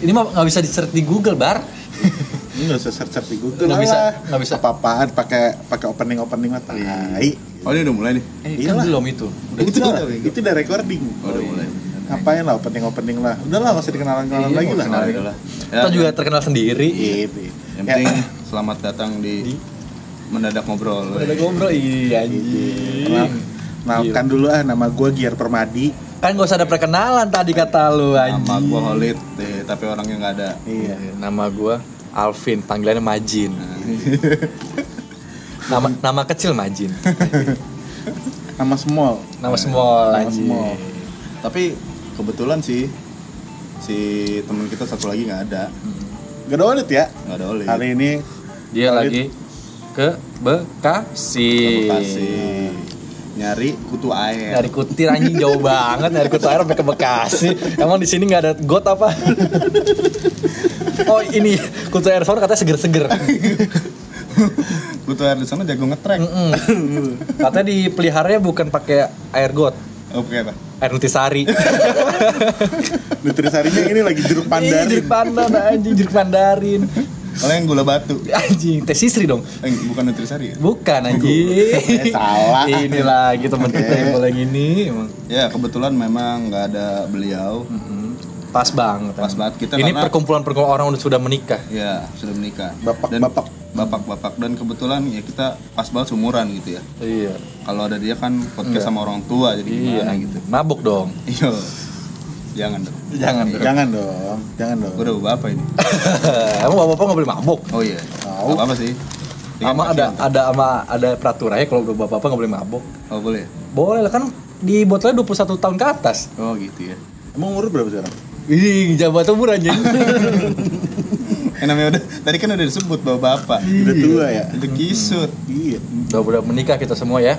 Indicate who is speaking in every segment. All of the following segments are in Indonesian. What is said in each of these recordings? Speaker 1: Ini mah nggak bisa di-search di Google, Bar.
Speaker 2: Ini nggak usah search search di Google.
Speaker 1: Nggak bisa,
Speaker 2: alah.
Speaker 1: nggak bisa.
Speaker 2: Apa-apaan pakai pakai opening opening mah tai.
Speaker 3: Oh ini udah mulai nih.
Speaker 1: Eh,
Speaker 2: Iyalah.
Speaker 1: kan belum itu. Udah
Speaker 2: Itu udah,
Speaker 3: udah,
Speaker 2: itu udah recording.
Speaker 3: Oh, udah mulai.
Speaker 2: Ngapain lah opening opening lah. Udahlah nggak usah dikenalan kenalan
Speaker 1: Iya,
Speaker 2: lagi lah.
Speaker 3: Kenalin dulu lah. Ya,
Speaker 1: kita juga terkenal sendiri.
Speaker 2: Ini.
Speaker 3: Yang
Speaker 2: Ya,
Speaker 3: penting selamat datang di mendadak ngobrol.
Speaker 1: Udah ngobrol, iya
Speaker 2: Kenal,
Speaker 1: anjing.
Speaker 2: kenalkan dulu ah nama gue Giar Permadi.
Speaker 1: Kan gak usah ada perkenalan tadi kata lu
Speaker 3: Nama
Speaker 1: anjing.
Speaker 3: gua Holid, eh, tapi orangnya nggak ada.
Speaker 2: Iya.
Speaker 1: Nama gua Alvin, panggilannya Majin. Nama nama kecil Majin.
Speaker 2: Nama Small.
Speaker 1: Iya. Nama semua
Speaker 2: Nama
Speaker 1: anjing.
Speaker 2: small.
Speaker 3: Tapi kebetulan sih si teman kita satu lagi nggak ada,
Speaker 2: Gak ada Olit ya.
Speaker 3: nggak ada Holid.
Speaker 2: Hari ini
Speaker 1: Dia
Speaker 2: Holid.
Speaker 1: lagi ke Bekasi.
Speaker 3: Bekasi. Nyari kutu air.
Speaker 1: Dari Kutir anjing jauh banget dari Kutir sampai ke Bekasi. Emang di sini nggak ada got apa? Oh ini Kutir Air Sound katanya seger-seger.
Speaker 3: Kutu air di sana jago ngetrek.
Speaker 1: Mm-mm. Katanya dipeliharanya bukan pakai air got,
Speaker 3: Oke apa?
Speaker 1: air nutisari.
Speaker 2: Nutrisarinya ini lagi jeruk
Speaker 1: Ih,
Speaker 2: pandarin.
Speaker 1: Iya, Jeruk pandan anjing, jeruk pandarin.
Speaker 3: Kalau yang gula batu.
Speaker 1: Anjing, teh sisri dong.
Speaker 3: Eh, bukan nutrisari ya?
Speaker 1: Bukan anjing.
Speaker 2: Eh, salah.
Speaker 1: Ini lagi teman kita yang boleh gini emang.
Speaker 3: Ya kebetulan memang nggak ada beliau.
Speaker 1: Mm-mm. Pas banget.
Speaker 3: Pas
Speaker 1: emang.
Speaker 3: banget kita
Speaker 1: Ini
Speaker 3: karena-
Speaker 1: perkumpulan-perkumpulan orang udah sudah menikah.
Speaker 3: Ya sudah menikah.
Speaker 2: Bapak-
Speaker 3: Dan-
Speaker 2: bapak.
Speaker 3: Bapak-bapak dan kebetulan ya kita pas banget seumuran gitu ya.
Speaker 1: Iya.
Speaker 3: Kalau ada dia kan podcast sama orang tua jadi gimana
Speaker 1: Iya
Speaker 3: gitu.
Speaker 1: gitu. Mabuk dong.
Speaker 3: Iya. Jangan dong.
Speaker 1: Jangan.
Speaker 2: Jangan dong, jangan dong.
Speaker 3: Gue udah bapak ini.
Speaker 1: Emang bapak-bapak nggak boleh mabuk.
Speaker 3: Oh iya.
Speaker 2: Tahu.
Speaker 3: Apa apa sih? Dengan
Speaker 1: Ama ada
Speaker 3: kasihan.
Speaker 1: ada ama ada peraturannya kalau udah bapak-bapak nggak boleh mabuk.
Speaker 3: Oh boleh.
Speaker 1: Boleh lah kan di botolnya 21 tahun ke atas.
Speaker 3: Oh gitu ya.
Speaker 2: Emang umur berapa sekarang?
Speaker 1: Ih, jabat umur anjing.
Speaker 3: Eh, namanya udah. Tadi kan udah disebut bapak bapak.
Speaker 2: Udah tua ya?
Speaker 3: Udah kisut.
Speaker 2: Iya.
Speaker 1: udah udah menikah kita semua ya.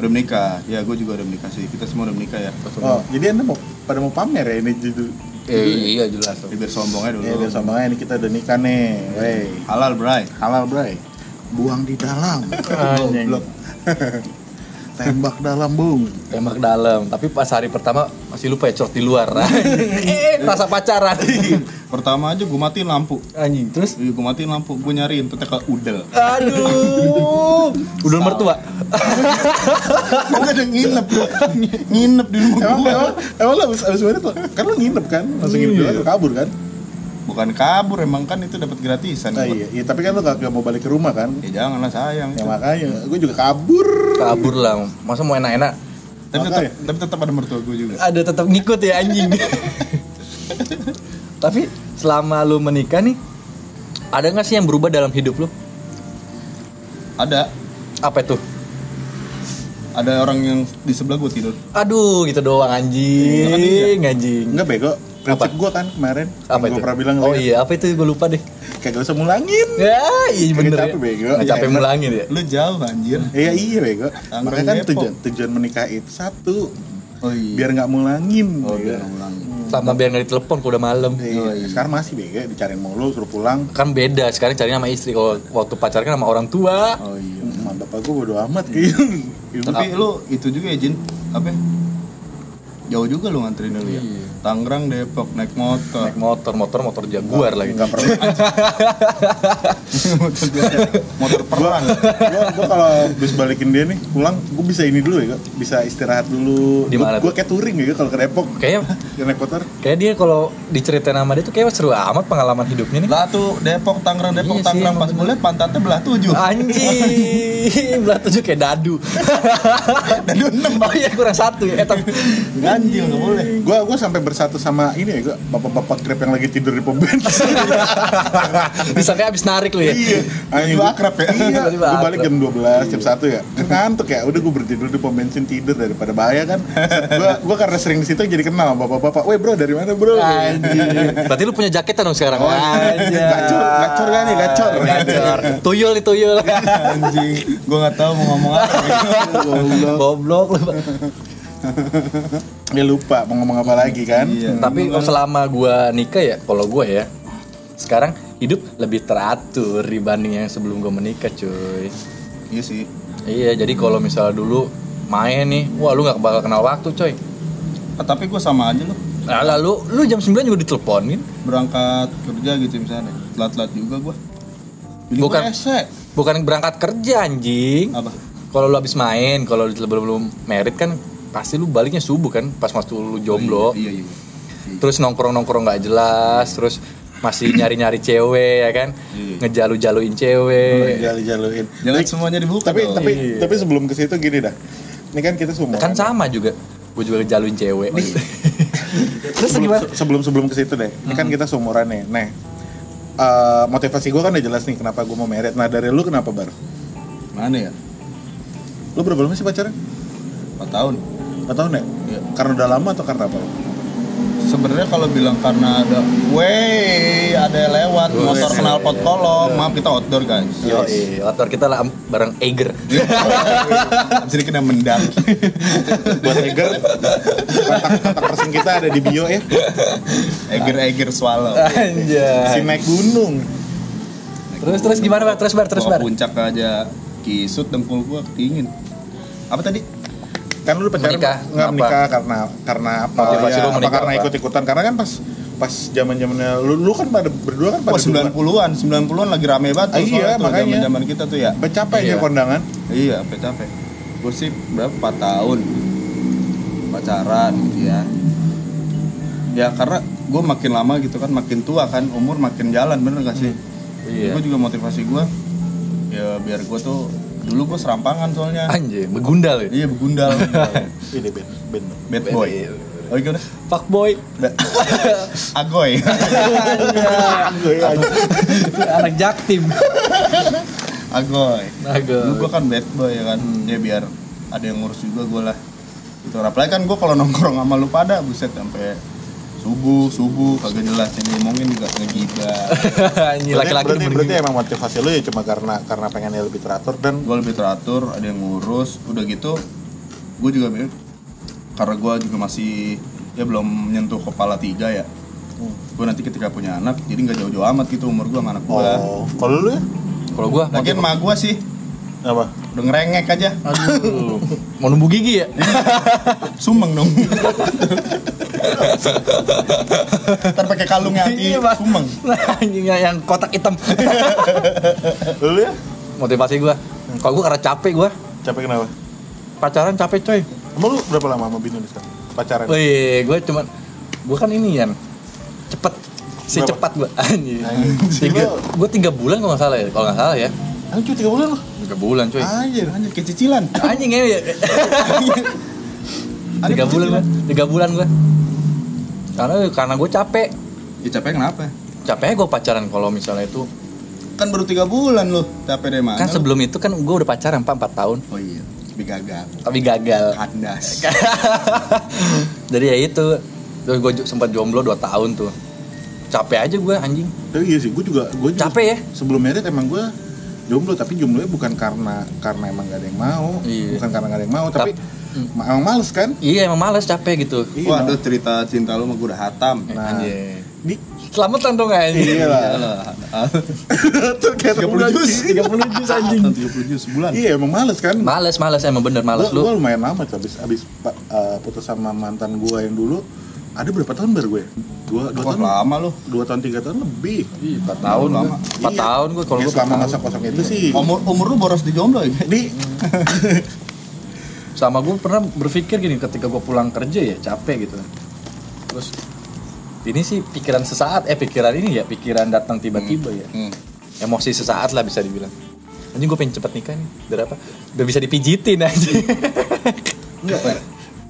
Speaker 3: Udah menikah. Ya gue juga udah menikah sih. Kita semua udah menikah ya.
Speaker 2: Oh, jadi anda mau pada mau pamer ya ini judul.
Speaker 1: Eh, iya jelas.
Speaker 3: Jadi biar sombongnya dulu.
Speaker 2: Ya, biar sama ini kita udah nikah nih. Wey.
Speaker 3: Halal bray.
Speaker 2: Halal, bray. Buang di dalam.
Speaker 1: Anjing.
Speaker 2: Goblok. Tembak dalam, Bung.
Speaker 1: Tembak dalam, tapi pas hari pertama masih lupa ya cort di luar. eh, rasa pacaran.
Speaker 3: Pertama aja gue matiin lampu.
Speaker 1: anjing, terus
Speaker 3: Iya, gue matiin lampu, gue nyariin tuh ke udel.
Speaker 1: aduh. Udah nomor tua.
Speaker 3: Gue ada nginep, nginep di rumah
Speaker 2: Emang,
Speaker 3: gue.
Speaker 2: emang, emang lo abis, abis mana tuh? Kan lo nginep kan? Langsung nginep dulu, lo kabur kan?
Speaker 3: Bukan kabur, emang kan itu dapat gratisan.
Speaker 2: Nah, iya. iya, tapi kan lo gak, gak mau balik ke rumah kan?
Speaker 3: Ya janganlah sayang.
Speaker 2: Ya makanya, gue juga kabur.
Speaker 1: Kabur lah. Masa mau enak-enak?
Speaker 3: Tapi tetap,
Speaker 2: Makanya.
Speaker 3: tapi tetap ada mertua gue juga.
Speaker 1: ada tetap ngikut ya anjing. Tapi selama lu menikah nih, ada nggak sih yang berubah dalam hidup lu?
Speaker 3: Ada,
Speaker 1: Apa itu?
Speaker 3: ada orang yang di sebelah gue tidur.
Speaker 1: Aduh, gitu doang anjing, anjing.
Speaker 2: Enggak bego, prinsip gue kan kemarin
Speaker 1: Apa itu?
Speaker 2: Gue ya. pernah bilang ya.
Speaker 1: oh
Speaker 2: lo,
Speaker 1: iya, apa itu gue lupa deh.
Speaker 2: Kagak usah mulangin
Speaker 1: Ya, iya bener.
Speaker 2: capek, bego.
Speaker 1: Nggak
Speaker 2: Iya,
Speaker 1: capek
Speaker 2: enak.
Speaker 1: mulangin ya.
Speaker 3: Lu jauh anjir.
Speaker 2: Iya iya bego.
Speaker 3: Langsung
Speaker 2: Makanya kan
Speaker 3: kepo.
Speaker 2: tujuan tujuan menikah itu satu
Speaker 3: Oh iya.
Speaker 2: biar nggak mulangin. gitu.
Speaker 3: oh
Speaker 1: iya.
Speaker 2: bego.
Speaker 3: biar ngulangin.
Speaker 1: Sama biar nggak ditelepon kalau udah malam.
Speaker 2: Iya. Sekarang masih bego dicariin mulu suruh pulang.
Speaker 1: Kan beda, sekarang carinya sama istri. Kalau waktu pacaran kan sama orang tua.
Speaker 3: Oh iya.
Speaker 2: Emak bapak gue bodo amat gitu.
Speaker 3: Tapi lu itu juga ya Jin, apa? ya? Jauh juga lu nganterin dulu ya.
Speaker 2: Iya.
Speaker 3: Tangerang Depok naik motor.
Speaker 1: Naik motor, motor, motor jaguar gitu. lagi.
Speaker 2: Enggak pernah.
Speaker 3: motor, motor perang.
Speaker 2: Gue gue kalau bis balikin dia nih pulang gue bisa ini dulu ya. Bisa istirahat dulu.
Speaker 1: Di mana
Speaker 2: Gue kayak touring ya kalau ke Depok.
Speaker 1: Kayaknya
Speaker 2: Yang naik motor.
Speaker 1: Kayak dia kalau diceritain sama dia tuh kayak seru amat pengalaman hidupnya nih.
Speaker 3: Lah tuh Depok Tangerang Depok
Speaker 1: Iya sih,
Speaker 3: Tangerang
Speaker 1: emang
Speaker 3: pas gue liat pantatnya belah tujuh.
Speaker 1: Anjing, belah tujuh kayak dadu. dadu enam, oh iya kurang satu ya. Eh, tapi
Speaker 3: Ganjil nggak boleh.
Speaker 2: Gue gue sampai bersatu sama ini ya gue bapak-bapak grab yang lagi tidur di pom bensin.
Speaker 1: bisa kayak abis narik lu ya.
Speaker 2: Iya, anjing
Speaker 3: Tiba-tiba
Speaker 2: gua
Speaker 3: akrab ya.
Speaker 2: Iya,
Speaker 1: Tiba-tiba
Speaker 2: gua balik
Speaker 1: akrab.
Speaker 2: jam 12, jam 1 ya. Kan ngantuk ya, udah gua berjendul di pom bensin tidur daripada bahaya kan. Gua gua karena sering di situ jadi kenal sama bapak-bapak. Weh, bro, dari mana, bro?
Speaker 1: Anjing. Berarti lu punya jaketan dong sekarang.
Speaker 2: Oh,
Speaker 1: Anjing.
Speaker 2: gacor, Iya, gacor kan nih, gacor.
Speaker 1: Gacor. Tuyul nih tuyul.
Speaker 3: Anjing, gue nggak tahu mau ngomong apa.
Speaker 2: Goblok. Iya,
Speaker 1: Goblok lu.
Speaker 2: Dia lupa mau ngomong apa lagi kan?
Speaker 3: Iya.
Speaker 1: Tapi selama gua nikah ya, kalau gua ya, sekarang hidup lebih teratur dibanding yang sebelum gua menikah, cuy.
Speaker 3: Iya sih.
Speaker 1: Iya, jadi kalau misalnya dulu main nih, wah lu nggak bakal kenal waktu, coy.
Speaker 3: Ah, tapi gue sama aja lu.
Speaker 1: Nah, lalu lu jam 9 juga kan? diteleponin.
Speaker 3: berangkat kerja gitu misalnya telat-telat juga gua Bini
Speaker 1: Bukan.
Speaker 3: gua esek.
Speaker 1: Bukan berangkat kerja anjing.
Speaker 3: apa
Speaker 1: Kalau lu habis main, kalau lu belum belum merit kan pasti lu baliknya subuh kan pas waktu lu jomblo.
Speaker 3: iya iya, iya.
Speaker 1: Terus nongkrong-nongkrong nggak jelas, terus masih nyari-nyari cewek ya kan,
Speaker 3: Iya. Oh,
Speaker 1: ngejalu-jaluin cewek.
Speaker 2: Jalu-jaluin.
Speaker 3: jangan
Speaker 2: Tapi-
Speaker 3: semuanya dibuka
Speaker 2: tapi
Speaker 3: dong.
Speaker 2: tapi tapi sebelum ke situ gini dah. Ini kan kita semua.
Speaker 1: Kan sama juga. Gue juga ngejaluin cewek. terus gimana?
Speaker 2: sebelum sebelum ke situ deh. Ini kan kita seumuran nih. Nah, eh, motivasi gue kan udah jelas nih kenapa gue mau merit. Nah dari lu kenapa bar?
Speaker 3: mana ya
Speaker 2: Lu berapa lama sih pacaran?
Speaker 3: 4 tahun
Speaker 2: 4 tahun ya?
Speaker 3: Iya.
Speaker 2: Karena udah lama atau karena apa?
Speaker 3: sebenarnya kalau bilang karena ada wey ada yang lewat motor
Speaker 1: Wey.
Speaker 3: kenal pot kolong maaf kita outdoor guys
Speaker 1: Yo, latar kita lah bareng Eger.
Speaker 3: Abis ini kena mendak
Speaker 2: Buat
Speaker 1: Iya.
Speaker 2: Eger, kontak, kontak person kita ada di bio ya.
Speaker 1: Iya.
Speaker 3: eger-eger swallow
Speaker 2: Si
Speaker 1: Anjay.
Speaker 2: naik gunung.
Speaker 1: Terus terus gimana, Pak? Terus, Bar, terus,
Speaker 3: Bawa
Speaker 1: Bar.
Speaker 3: puncak aja kisut dengkul gua ketingin apa tadi
Speaker 2: Kan lu pacaran
Speaker 1: Menikah.
Speaker 2: nggak
Speaker 1: Kenapa?
Speaker 2: menikah karena karena apa?
Speaker 1: Motivasi
Speaker 2: ya,
Speaker 1: lu
Speaker 2: apa
Speaker 1: menikah
Speaker 2: karena
Speaker 1: apa?
Speaker 2: ikut-ikutan karena kan pas pas zaman-zamannya lu, lu kan pada berdua kan pada
Speaker 3: Wah 90-an, 90-an lagi rame banget
Speaker 2: Ah, iya, makanya.
Speaker 3: zaman kita tuh ya.
Speaker 2: duluan. capek
Speaker 1: Iya.
Speaker 2: aja kondangan.
Speaker 3: Iya, apa capek. Gue sih berapa 4 tahun pacaran gitu ya. Ya karena gue makin lama gitu kan makin tua kan, umur makin jalan bener gak sih?
Speaker 1: Iya.
Speaker 3: Gue juga motivasi gue ya biar gue tuh dulu gue serampangan soalnya.
Speaker 1: Anjay, begundal ya.
Speaker 3: Iya begundal.
Speaker 2: Ini ben, ben.
Speaker 3: Bad boy. Oh iya udah.
Speaker 1: Fuck boy.
Speaker 3: Da- Agoy.
Speaker 1: Ah,
Speaker 2: Ah,
Speaker 1: Anak jaktim.
Speaker 3: Agoy. Dulu
Speaker 1: Agak.
Speaker 3: gue kan bad boy ya kan Ya biar ada yang ngurus juga gue lah Gitu Apalagi kan gue kalau nongkrong sama lu pada Buset sampai subuh, subuh Kagak jelas yang ngomongin juga ngegibah
Speaker 1: Anjing laki-laki
Speaker 2: berarti,
Speaker 1: demen
Speaker 2: berarti
Speaker 1: gitu.
Speaker 2: emang motivasi lu ya cuma karena karena pengennya lebih teratur dan
Speaker 3: Gue lebih teratur, ada yang ngurus Udah gitu Gue juga bilang Karena gue juga masih Ya belum menyentuh kepala tiga ya Gue nanti ketika punya anak Jadi nggak jauh-jauh amat gitu umur gue sama anak gue
Speaker 1: Iya.
Speaker 2: oh kalau lu ya
Speaker 1: Kalau gua
Speaker 3: Lagian
Speaker 1: motif-
Speaker 3: ma gue sih
Speaker 2: apa
Speaker 3: Udah ngerengek aja
Speaker 1: Aduh. Mau numbu gigi ya?
Speaker 3: Sumeng dong. Ntar pakai kalungnya hati
Speaker 1: Iya, Pak.
Speaker 3: Sumeng.
Speaker 1: Anjing yang kotak hitam.
Speaker 2: lu ya
Speaker 1: Motivasi gua. Kalau gua karena capek gua.
Speaker 2: capek kenapa
Speaker 1: Pacaran capek, coy.
Speaker 2: emang lu berapa lama sama bini lu sekarang pacaran
Speaker 1: Wih, gua cuman gua kan ini Yan. Cepet. Si
Speaker 2: Berapa?
Speaker 1: cepat gua anjing.
Speaker 2: Anjing.
Speaker 1: Tiga, gua tiga bulan kalau nggak salah ya. Kalau nggak salah ya.
Speaker 2: Anjing cuma tiga bulan lu
Speaker 1: Tiga bulan, coy.
Speaker 2: anjir
Speaker 3: Anjir kayak cicilan.
Speaker 1: Anjing ya. ya. tiga bulan gua, tiga bulan gua. Karena karena gue capek.
Speaker 3: Ya capek kenapa?
Speaker 1: Capeknya gue pacaran kalau misalnya itu
Speaker 3: Kan baru tiga bulan loh.
Speaker 2: Nah,
Speaker 3: Capek dari mana?
Speaker 1: kan
Speaker 3: lu?
Speaker 1: sebelum itu kan gue udah pacaran pak empat tahun
Speaker 3: Oh iya. Tapi gagal.
Speaker 1: tapi gagal.
Speaker 3: Kandas.
Speaker 1: Jadi ya itu terus gue sempat jomblo 2 tahun tuh. Capek aja gue anjing.
Speaker 2: tapi iya sih gue juga gue juga
Speaker 1: Capek ya?
Speaker 2: sebelum merit emang gue jomblo tapi jomblonya bukan karena karena emang gak ada yang mau
Speaker 1: Iya.
Speaker 2: bukan karena gak ada yang mau tapi
Speaker 1: Tap-
Speaker 2: ma- emang males kan
Speaker 1: Iya emang males capek gitu.
Speaker 2: Iya.
Speaker 3: Wah, ada cerita cinta lu sama gue udah hatam. Nah,
Speaker 2: Nah.
Speaker 1: Anjing.
Speaker 2: di
Speaker 1: Selamatan dong anjing.
Speaker 2: iya lah
Speaker 3: Iyalah.
Speaker 2: terkait
Speaker 3: 30 jus,
Speaker 2: 30 jus anjing
Speaker 3: Hatam 30 jus sebulan.
Speaker 2: iya emang males kan
Speaker 1: Males males emang bener males
Speaker 2: Gue
Speaker 1: lu.
Speaker 2: lumayan lama tuh abis abis pa- eh, putus sama mantan gue yang dulu ada berapa tahun baru gue? Dua, dua
Speaker 3: Wah,
Speaker 2: tahun,
Speaker 3: lama lu.
Speaker 2: dua tahun tiga tahun lebih.
Speaker 3: Empat tahun lama.
Speaker 1: 4 tahun gue Iya. kalau Iya.
Speaker 2: Ya,
Speaker 1: gue
Speaker 2: selama masa kosong itu sih.
Speaker 3: Umur umur lu boros di jomblo ya?
Speaker 2: Di
Speaker 1: sama gue pernah berpikir gini ketika gue pulang kerja ya capek gitu terus ini sih pikiran sesaat eh pikiran ini ya pikiran datang tiba-tiba ya
Speaker 3: Hmm.
Speaker 1: emosi sesaat lah bisa dibilang anjing gue pengen cepet nikah nih biar apa biar bisa dipijitin aja
Speaker 3: Enggak,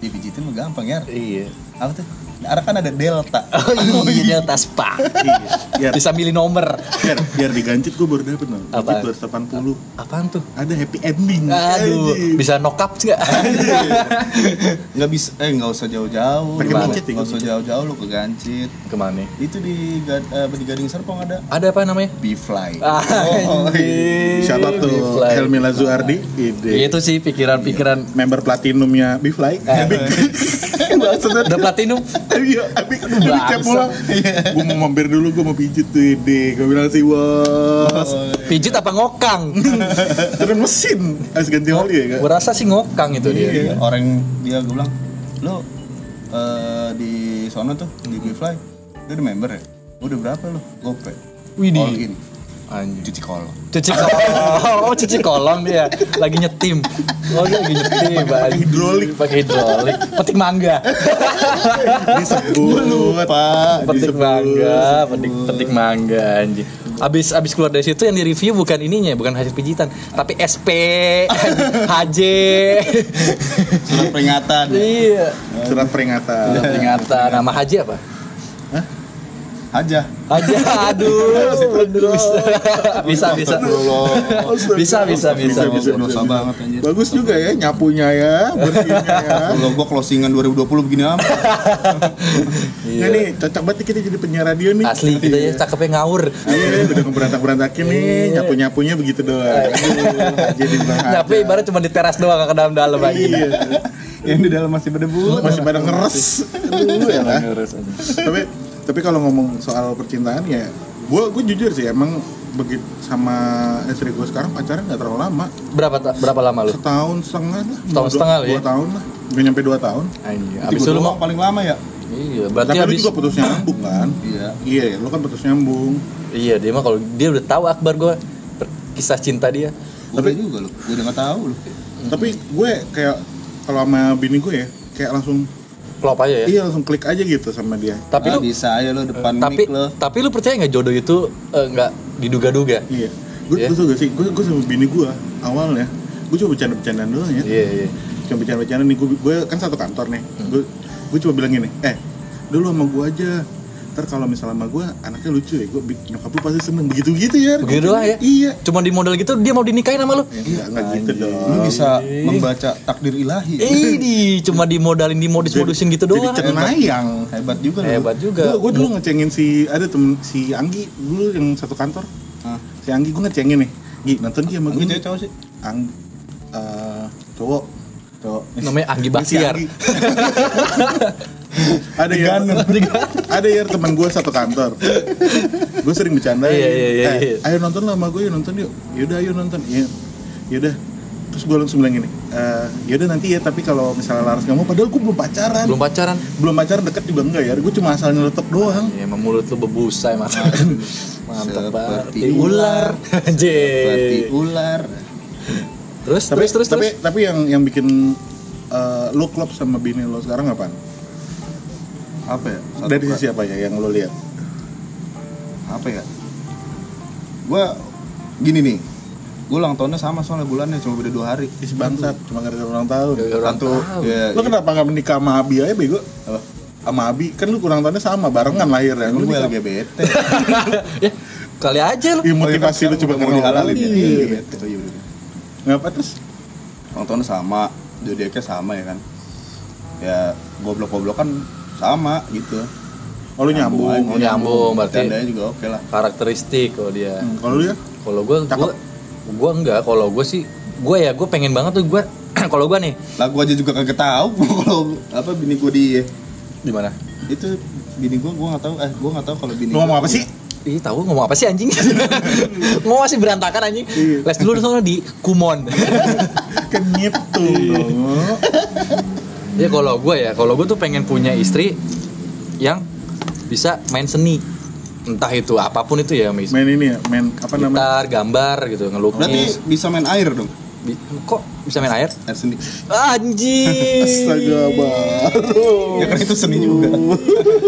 Speaker 3: Dipijitin mah gampang ya.
Speaker 1: iya
Speaker 3: Apa tuh? Arah kan ada delta.
Speaker 1: oh iya Ya. dia tas spa
Speaker 2: Iya. biar,
Speaker 1: bisa milih nomor
Speaker 2: biar, biar digancit gue baru dapet loh.
Speaker 1: Apa?
Speaker 2: Gancit 280
Speaker 1: apaan tuh Iya,
Speaker 2: ada happy ending.
Speaker 1: aduh
Speaker 2: Anjing.
Speaker 1: bisa nokap nggak
Speaker 3: nggak bisa eh nggak usah jauh-jauh
Speaker 2: Pakai
Speaker 3: Lu nggak-
Speaker 2: micet ya,
Speaker 3: nggak usah jauh-jauh lu ke Gancit
Speaker 1: kemana
Speaker 3: itu di Ga- eh, apa, di Gading Serpong ada
Speaker 1: ada apa namanya Oh, iya.
Speaker 3: Be Fly
Speaker 1: Ah, Anjing.
Speaker 2: Shout out tuh
Speaker 1: Bifly.
Speaker 2: Helmi Lazuardi, ide.
Speaker 1: itu sih pikiran-pikiran
Speaker 2: Member platinumnya Bifly.
Speaker 1: Ah.
Speaker 2: Abik. Maksudnya
Speaker 1: udah platinum
Speaker 2: Iya, tapi gue dicap
Speaker 1: Bangsa.
Speaker 2: pulang. Gue mau mampir dulu, gue mau pijit tuh ide. Gue bilang sih, wos.
Speaker 1: pijit apa ngokang
Speaker 2: Turun mesin, harus ganti
Speaker 1: Oh, iya,
Speaker 2: oli ya kak.
Speaker 3: Iya,
Speaker 1: Gue rasa sih ngokang itu dia.
Speaker 3: orang dia gue bilang lu eh, di sono tuh di BeFly lu udah member ya udah berapa lu gope
Speaker 1: Widih.
Speaker 3: all in anjir cuci kol
Speaker 1: Cuci kolong. Oh, cuci kolong dia. Lagi nyetim. Oh, dia lagi nyetim. Pakai
Speaker 2: hidrolik.
Speaker 1: Pakai hidrolik. Petik mangga.
Speaker 2: disebut lupa
Speaker 1: Petik mangga, petik petik mangga anjing. Abis abis keluar dari situ yang direview bukan ininya, bukan hasil pijitan, tapi SP, HJ.
Speaker 3: surat peringatan
Speaker 1: iya.
Speaker 2: surat peringatan
Speaker 1: Sudah peringatan. Nama Haji apa?
Speaker 3: aja
Speaker 1: Haji, aduh, aduh. Bisa, bisa, bisa, bisa, bisa, bisa, bisa.
Speaker 3: bisa dosa banget anjir
Speaker 2: bagus juga ya nyapunya ya bersihnya ya
Speaker 3: Kalau gua closingan 2020 begini
Speaker 2: Nah,
Speaker 3: amat
Speaker 1: Iya.
Speaker 2: nih cocok banget nih kita jadi penyiar radio nih
Speaker 1: Asli kita ya cakepnya ngawur.
Speaker 2: Iya, udah ngeberantak berantakin nih, nyapu nyapunya begitu doang. Aduh, jadi bang.
Speaker 1: Nyapu ibarat cuma di teras doang ke dalam-dalam aja.
Speaker 2: Iya,
Speaker 3: yang di dalam masih berdebu
Speaker 2: masih pada ngeres. Aduh, ya lah. tapi tapi kalau ngomong soal percintaan ya gue gue jujur sih emang begitu sama istri gue sekarang pacaran nggak terlalu lama
Speaker 1: Berapa ta- berapa lama lu?
Speaker 2: setahun setengah lah
Speaker 1: Setahun
Speaker 2: Dua-
Speaker 1: setengah lu ya?
Speaker 2: dua tahun lah nggak nyampe dua tahun
Speaker 1: Anjir,
Speaker 3: abis
Speaker 1: abis itu
Speaker 3: dulu
Speaker 1: lu mau
Speaker 3: mau paling lama ya
Speaker 1: Iya, berarti
Speaker 2: tapi lu
Speaker 1: abis
Speaker 2: juga putus nyambung kan
Speaker 3: iya
Speaker 2: iya lu kan putus nyambung
Speaker 1: Iya, dia mah kalau dia udah tahu akbar gua per- kisah cinta dia.
Speaker 3: tapi juga lu gua udah nggak tahu lu
Speaker 1: Hmm.
Speaker 2: tapi gue kayak kalau sama bini gue ya kayak langsung
Speaker 1: Klop aja ya.
Speaker 2: iya langsung klik aja gitu sama dia
Speaker 1: Tapi lu
Speaker 3: Ah, bisa aja lu depan
Speaker 1: tapi
Speaker 3: mic lu
Speaker 1: tapi lu percaya nggak jodoh itu eh, nggak diduga-duga?
Speaker 2: iya
Speaker 1: Iya.
Speaker 2: gue yeah. gak sih gue gue sama bini gue awalnya gue cuma bercanda bercandaan doang ya
Speaker 1: Iya, iya.
Speaker 2: cuma bercanda-bercanda nih gue, gue kan satu kantor nih gue gue cuma bilang gini eh dulu sama gue aja ntar kalau misalnya sama gue anaknya lucu ya gue nyokap lu pasti seneng begitu gitu ya
Speaker 1: Begitu doang ya?
Speaker 2: iya
Speaker 1: Cuma di modal gitu dia mau dinikahin sama lu.
Speaker 2: Iya, nggak gitu
Speaker 3: lu
Speaker 2: dong.
Speaker 3: bisa membaca takdir ilahi
Speaker 1: Ih, di- cuma dimodalin dimodis-modusin gitu
Speaker 2: Jadi
Speaker 1: doang.
Speaker 2: cenayang.
Speaker 3: hebat juga lu
Speaker 1: Hebat juga.
Speaker 2: Gue gue dulu ngecengin si ada temen si Anggi dulu yang satu kantor.
Speaker 3: Hah?
Speaker 2: Si Anggi gue ngecengin nih. Gi nonton dia sama
Speaker 3: Lu
Speaker 2: gue.
Speaker 3: cewek Gitu ya, cowok sih
Speaker 2: Anggi eh, cowok cowok.
Speaker 1: Namanya Anggi
Speaker 2: Si
Speaker 1: Bahtiar.
Speaker 2: Anggi. ada ya ada ya teman gue satu kantor gue sering bercanda
Speaker 1: Iya, iya, iya,
Speaker 2: eh,
Speaker 1: iya.
Speaker 2: ayo nonton lah sama gue yuk nonton yuk yaudah ayo nonton iya yaudah terus gue langsung bilang gini "Eh, yaudah nanti ya tapi kalau misalnya Laras nggak mau padahal gue belum pacaran
Speaker 1: Belum pacaran.
Speaker 2: belum pacaran deket juga enggak ya gue cuma asal nyeletuk doang
Speaker 1: Ya, emang mulut lu bebusa emang. Mantap
Speaker 3: Seperti
Speaker 1: banget. Ular.
Speaker 3: berarti
Speaker 1: Anjir.
Speaker 3: ular
Speaker 1: Terus
Speaker 2: tapi
Speaker 1: terus terus
Speaker 2: tapi
Speaker 1: terus.
Speaker 2: tapi yang yang bikin eh, lo klop sama bini lo sekarang apaan?
Speaker 3: apa ya Satu
Speaker 2: dari
Speaker 3: kata.
Speaker 2: sisi apa ya yang lo lihat
Speaker 3: apa ya gua gini nih gua ulang tahunnya sama soalnya bulannya cuma beda dua hari
Speaker 2: isi bangsat cuma gara-gara ulang tahun Iya,
Speaker 1: Gara-gara ulang
Speaker 2: Satu.
Speaker 1: tahun.
Speaker 3: ya
Speaker 2: lo kenapa nggak menikah sama Abi aja bego
Speaker 3: Apa?
Speaker 2: sama Abi kan lu kurang tahunnya sama barengan lahirnya
Speaker 3: emang
Speaker 2: lu
Speaker 3: gue
Speaker 2: nikah-
Speaker 3: LGBT
Speaker 1: ya, kali aja lu.
Speaker 2: Iya, motivasi lu coba
Speaker 3: Oh, Sekarang mau
Speaker 2: karena
Speaker 3: dihalalin ya
Speaker 2: Iya.
Speaker 3: LGBT oh iya bener.
Speaker 2: Ngapa terus?
Speaker 3: ulang tahunnya sama zodiaknya sama ya kan ya goblok-goblok kan sama gitu
Speaker 2: Oh, lu nyambung.
Speaker 1: Oh, nyambung, berarti.
Speaker 3: Tandanya juga oke lah
Speaker 1: Karakteristik kalau dia.
Speaker 2: Hmm, Kalau lu ya?
Speaker 1: Kalau gue,
Speaker 2: Cakep.
Speaker 1: gue, gue enggak. Kalau gue sih, gue ya gue pengen banget tuh gue. kalau gue nih,
Speaker 3: lah gua aja juga kagak tahu kalau apa bini gua di
Speaker 1: di mana?
Speaker 3: itu bini gua gua nggak tahu eh gua nggak tahu kalau bini
Speaker 2: Lu ngomong apa sih?
Speaker 1: Ih tahu ngomong apa sih anjing? ngomong masih berantakan anjing.
Speaker 2: Iya.
Speaker 1: Les dulu soalnya di Kumon.
Speaker 2: Kan gitu dong.
Speaker 1: ya kalau gue ya, kalau gue tuh pengen punya istri yang bisa main seni. Entah itu apapun itu ya, mis.
Speaker 2: Main ini ya, main apa namanya?
Speaker 1: Gitar, gambar gitu,
Speaker 3: berarti
Speaker 1: ngelukis.
Speaker 3: bisa main air dong
Speaker 1: Bi- kok bisa main air?
Speaker 3: air seni
Speaker 1: Anjing.
Speaker 2: Astaga baru.
Speaker 3: ya kan itu seni juga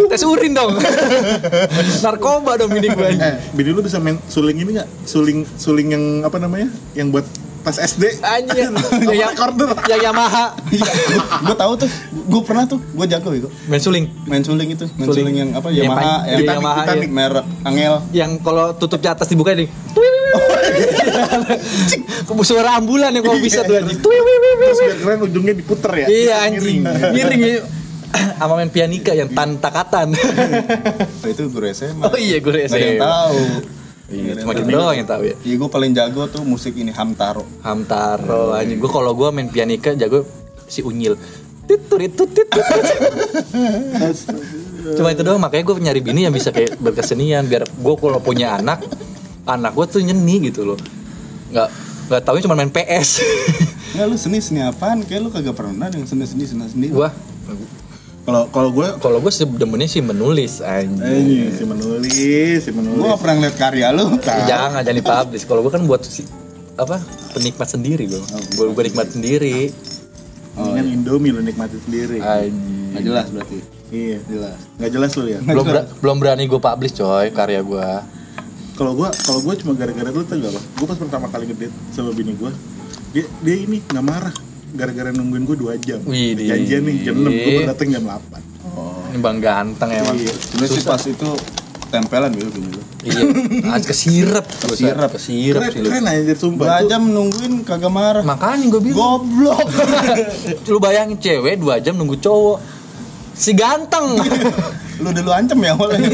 Speaker 1: Tes urin dong. Narkoba dong ini gue.
Speaker 2: Eh, bini lu bisa main suling ini nggak? Suling suling yang apa namanya? Yang buat tas SD.
Speaker 1: Eh, Anjing.
Speaker 2: Apa
Speaker 1: yang
Speaker 2: recorder?
Speaker 1: Yang Yamaha.
Speaker 3: Iya, gua tahu tuh gua pernah tuh gua jago ya
Speaker 1: Main suling.
Speaker 3: main suling itu main
Speaker 1: Suling.
Speaker 3: suling, yang apa
Speaker 1: Yang
Speaker 3: Yamaha
Speaker 1: pan-
Speaker 3: yang
Speaker 1: yang Yamaha,
Speaker 3: Titanic,
Speaker 1: iya.
Speaker 3: merek Angel
Speaker 1: Yang kalau tutupnya atas dibuka nih. Suara ambulan yang kalau bisa tuh anjing. Tui, wui, wui, wui,
Speaker 2: Terus
Speaker 1: wui.
Speaker 2: biar keren ujungnya diputer ya.
Speaker 1: Iya
Speaker 2: Miring.
Speaker 1: anjing. Miring ya. Sama main pianika yang tantakatan.
Speaker 3: oh, itu guru SMA
Speaker 1: Oh iya gue
Speaker 3: Nggak ada yang
Speaker 1: SMA.
Speaker 3: tahu
Speaker 1: Iya, cuma kita doang yang tahu ya.
Speaker 3: Iya gue paling jago tuh musik ini Hamtaro
Speaker 1: Hamtaro anjing. Gue kalau gue main pianika jago si Unyil. Titurit tutit. tutut. Cuma itu doang makanya gue nyari bini yang bisa kayak berkesenian biar gue kalau punya anak anak gue tuh nyeni gitu loh. Nggak nggak tahunya cuma main PS.
Speaker 3: Nggak lu seni seni apaan? Kayak lu kagak pernah yang seni seni seni seni.
Speaker 1: Wah,
Speaker 2: Kalau kalau gue
Speaker 1: Kalau gue sebenarnya sih menulis anjing.
Speaker 2: Eh, ini si menulis, si
Speaker 3: Gue
Speaker 2: menulis.
Speaker 3: gak pernah ngeliat karya lu. Nah,
Speaker 1: Jangan jangan dipublish. Kalau gue kan buat si- apa penikmat sendiri gue. Gue gue nikmat sendiri.
Speaker 2: Mendingan Indomie lu nikmati sendiri.
Speaker 1: Anjing.
Speaker 3: Gak jelas berarti.
Speaker 2: Iya.
Speaker 3: Jelas.
Speaker 2: Nggak Ah, jelas lu ya.
Speaker 1: Belum ber- belum berani gue publish coy karya gue.
Speaker 2: Kalau gue kalau gue cuma gara-gara lu tau gak apa? Gue pas pertama kali ngedate sama bini gue, dia dia ini nggak marah gara-gara nungguin gue 2 jam.
Speaker 1: Widih.
Speaker 2: Janjian nih jam 6, gue baru dateng jam 8.
Speaker 3: Oh.
Speaker 1: Ini bang ganteng emang.
Speaker 2: Iya.
Speaker 3: Sebenernya sih pas itu tempelan gitu gini lu.
Speaker 1: Iya. Ah, kesirep. gua, Sar.
Speaker 3: Kesirep.
Speaker 1: Kesirep
Speaker 2: Keren,
Speaker 1: sih lu.
Speaker 2: keren anjir sumpah.
Speaker 3: Dua
Speaker 2: Itu-
Speaker 3: jam nungguin kagak marah.
Speaker 1: Makanya gue bilang. "Eh,
Speaker 3: Goblok.
Speaker 1: lu bayangin cewek 2 jam nunggu cowok si ganteng
Speaker 2: Iya.
Speaker 3: lu udah lu ancam ya awalnya.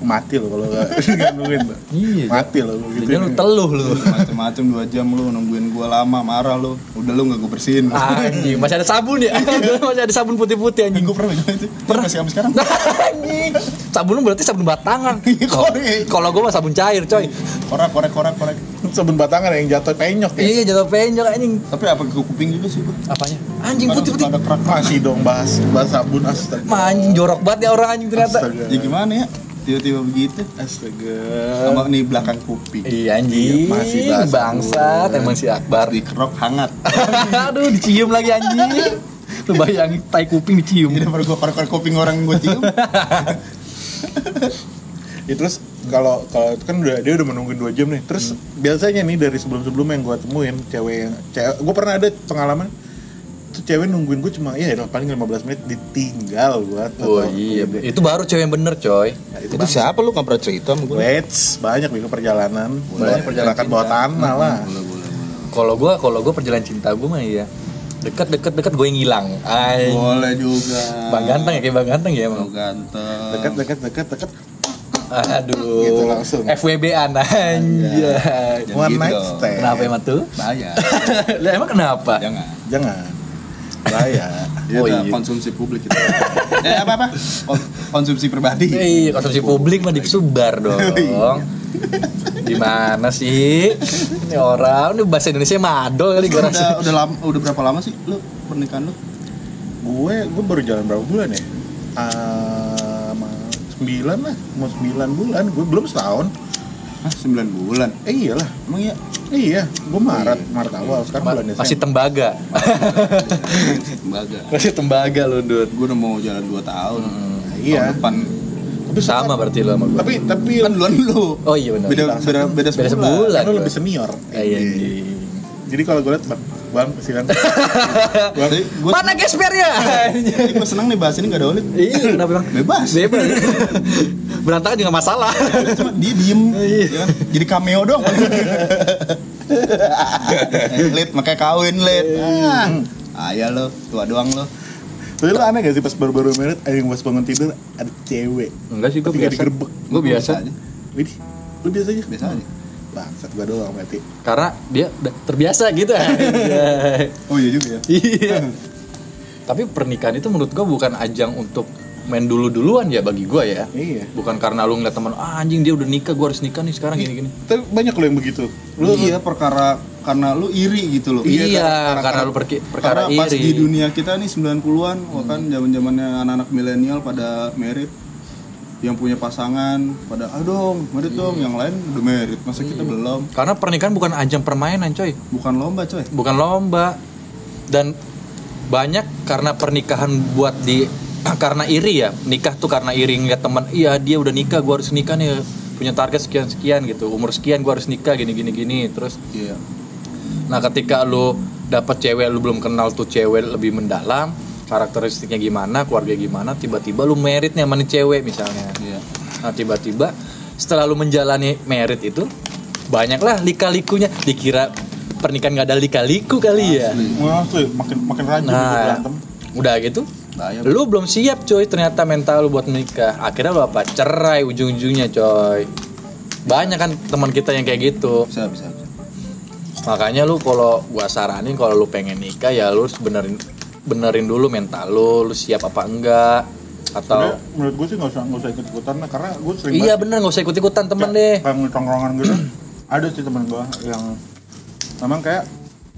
Speaker 2: mati lo kalau nggak nungguin Mbak.
Speaker 1: Iya.
Speaker 2: mati lo gitu
Speaker 1: Jadinya lu teluh lu
Speaker 3: Macem-macem dua jam lu nungguin gua lama marah lu. Udah lu nggak gua bersihin.
Speaker 1: Ah, anjing masih ada sabun ya masih ada sabun putih-putih anjing
Speaker 3: Gue pernah gitu. Pernah sih sampai sekarang.
Speaker 1: anjing sabun lu berarti sabun batangan
Speaker 2: Iya,
Speaker 3: Korek.
Speaker 1: kalau gua mah sabun cair coy
Speaker 3: Korek korek korek korek.
Speaker 2: sabun batangan yang jatuh penyok ya
Speaker 1: iya jatuh penyok anjing
Speaker 3: Tapi apa ke kuping juga sih gua.
Speaker 1: apanya anjing
Speaker 3: Kadang
Speaker 1: putih-putih
Speaker 3: suka Ada kerak
Speaker 2: masih dong bahas bahas sabun astaga
Speaker 1: mah anjing jorok banget ya orang anjing ternyata
Speaker 2: astaga
Speaker 3: Ya gimana ya? Tiba-tiba begitu.
Speaker 2: Iya. astaga
Speaker 3: Sama nih belakang kuping.
Speaker 1: iya anjing
Speaker 2: Masih bahas
Speaker 1: bangsat
Speaker 2: sabun.
Speaker 1: emang si Akbar
Speaker 3: Di kerok hangat.
Speaker 1: aduh dicium lagi anjing lu bayangin tai kuping dicium
Speaker 3: Ini baru gua korek korek kuping orang gua cium.
Speaker 2: ya, terus kalau kalau itu kan udah dia udah menungguin dua jam nih terus biasanya nih dari sebelum sebelum yang gue temuin cewek yang cewek gue pernah ada pengalaman tuh cewek nungguin gue cuma ya elah, paling 15 menit ditinggal gue
Speaker 1: Oh iya, itu baru cewek yang bener coy.
Speaker 2: itu,
Speaker 4: itu siapa lu nggak pernah cerita sama gue
Speaker 2: Wets, banyak bego perjalanan.
Speaker 1: Banyak perjalanan
Speaker 2: Gerakan bawah
Speaker 1: cinta. Hmm.
Speaker 2: tanah lah.
Speaker 1: Kalau gua kalau gua perjalanan cinta gua mah iya dekat dekat dekat gue yang hilang. Ay,
Speaker 3: Boleh juga.
Speaker 1: bang ganteng ya kayak bang ganteng ya
Speaker 3: Lu
Speaker 1: emang.
Speaker 3: ganteng.
Speaker 2: Dekat, dekat, dekat, dekat.
Speaker 1: Aduh.
Speaker 2: Gitu langsung.
Speaker 1: FWB an anjay.
Speaker 3: Jangan
Speaker 2: One
Speaker 3: gitu
Speaker 2: night
Speaker 3: dong.
Speaker 2: stand.
Speaker 1: Kenapa emang tuh?
Speaker 3: Bahaya.
Speaker 1: lah emang kenapa?
Speaker 3: Jangan.
Speaker 2: Jangan. ya. Bahaya.
Speaker 3: Dia
Speaker 1: Oh,
Speaker 3: udah
Speaker 1: iya.
Speaker 3: konsumsi publik itu. eh apa apa? Kon- Konsumsi pribadi.
Speaker 1: Eh, konsumsi publik mah disebar dong. Gimana sih? Ini orang, ini bahasa Indonesia madol kali
Speaker 3: Lu
Speaker 1: gue rasa.
Speaker 3: udah udah lama udah berapa lama sih lu pernikahan lu?
Speaker 2: gue gue baru jalan berapa bulan ya Ah, ma- sembilan lah mau sembilan bulan gue belum setahun
Speaker 3: Hah, 9 bulan.
Speaker 2: eh iyalah
Speaker 3: Emang ya?
Speaker 2: iya gue maret maret awal sekarang
Speaker 1: Ma-
Speaker 2: bulan desember
Speaker 1: masih tembaga.
Speaker 3: Tembaga.
Speaker 1: masih tembaga lu, Dut.
Speaker 3: Gue udah mau jalan 2 tahun.
Speaker 2: Nah,
Speaker 3: Iya.
Speaker 2: iya
Speaker 3: Tahun depan.
Speaker 2: tapi
Speaker 1: Sama
Speaker 2: sekarang-
Speaker 1: berarti lu sama gue.
Speaker 2: tapi tapi
Speaker 3: Kan duluan lu.
Speaker 1: Oh iya benar.
Speaker 3: Beda beda
Speaker 1: Beda
Speaker 3: beda sebulan.
Speaker 1: sebulan.
Speaker 2: kan lu
Speaker 1: gua.
Speaker 2: lebih senior
Speaker 1: Iya, iya.
Speaker 2: jadi kalau gue liat bang bang silakan
Speaker 3: Tapi gue
Speaker 1: Mana gespernya?
Speaker 3: gue seneng nih bahas ini gak ada olip.
Speaker 1: Iya, kenapa bang?
Speaker 3: Bebas.
Speaker 1: Bebas. Berantakan juga masalah.
Speaker 3: Cuma dia diem. ya kan? Jadi cameo dong. Lid makanya kawin lid. Ah. Ayah lo, tua doang lo.
Speaker 2: tapi lu aneh gak sih pas baru-baru maret ada yang pas bangun tidur ada cewek
Speaker 1: Enggak sih, gue
Speaker 2: Ketika
Speaker 1: biasa.
Speaker 2: digerebek.
Speaker 1: Gue biasa.
Speaker 3: aja.
Speaker 2: Widih, lu biasa aja
Speaker 3: Biasa aja.
Speaker 2: bangsat gue doang berarti
Speaker 1: Karena dia udah terbiasa gitu. Anjay.
Speaker 3: Oh iya juga ya.
Speaker 1: Iya. Tapi pernikahan itu menurut gue bukan ajang untuk main dulu-duluan ya bagi gue ya.
Speaker 2: iya
Speaker 1: Bukan karena lu ngeliat teman, ah anjing dia udah nikah, gue harus nikah nih sekarang gini-gini.
Speaker 2: tapi banyak lo yang begitu
Speaker 3: Lu iya perkara karena lu iri gitu loh.
Speaker 1: Iya, karena lu perki- perkara
Speaker 3: karena pas
Speaker 1: iri.
Speaker 3: di dunia kita nih 90-an, wah kan zaman-zamannya anak-anak milenial pada merit yang punya pasangan pada ah dong merit dong yang lain udah merit masa kita belum
Speaker 1: Karena pernikahan bukan ajang permainan coy.
Speaker 3: bukan lomba coy
Speaker 1: bukan lomba dan banyak karena pernikahan buat di karena iri ya nikah tuh karena iri ngeliat teman iya dia udah nikah gua harus nikah nih punya target sekian sekian gitu umur sekian gua harus nikah gini gini gini terus
Speaker 3: iya
Speaker 1: nah ketika lu dapet cewek lu belum kenal tuh cewek lebih mendalam karakteristiknya gimana keluarga gimana tiba-tiba lu merit nih sama nih cewek misalnya
Speaker 3: iya
Speaker 1: Nah tiba-tiba setelah lu menjalani merit itu banyaklah lika-likunya dikira pernikahan nggak ada lika-liku kali ya.
Speaker 2: Wah, tuh makin makin rajin itu
Speaker 1: Nah
Speaker 2: berantem.
Speaker 1: udah gitu
Speaker 3: bahaya
Speaker 1: lu belum siap coy ternyata mental lu buat menikah akhirnya lu apa cerai ujung-ujungnya coy banyak kan teman kita yang kayak gitu
Speaker 3: bisa bisa bisa
Speaker 1: makanya lu kalau gua saranin kalau lu pengen nikah ya lu harus benerin benerin dulu mental lu lu siap apa enggak atau
Speaker 2: Sebenarnya menurut gue sih nggak usah nggak usah ikut ikutan lah karena gue sering
Speaker 1: iya bener nggak usah ikut-ikutan temen deh
Speaker 2: kayak di tongkrongan gitu ada sih teman gue yang memang kayak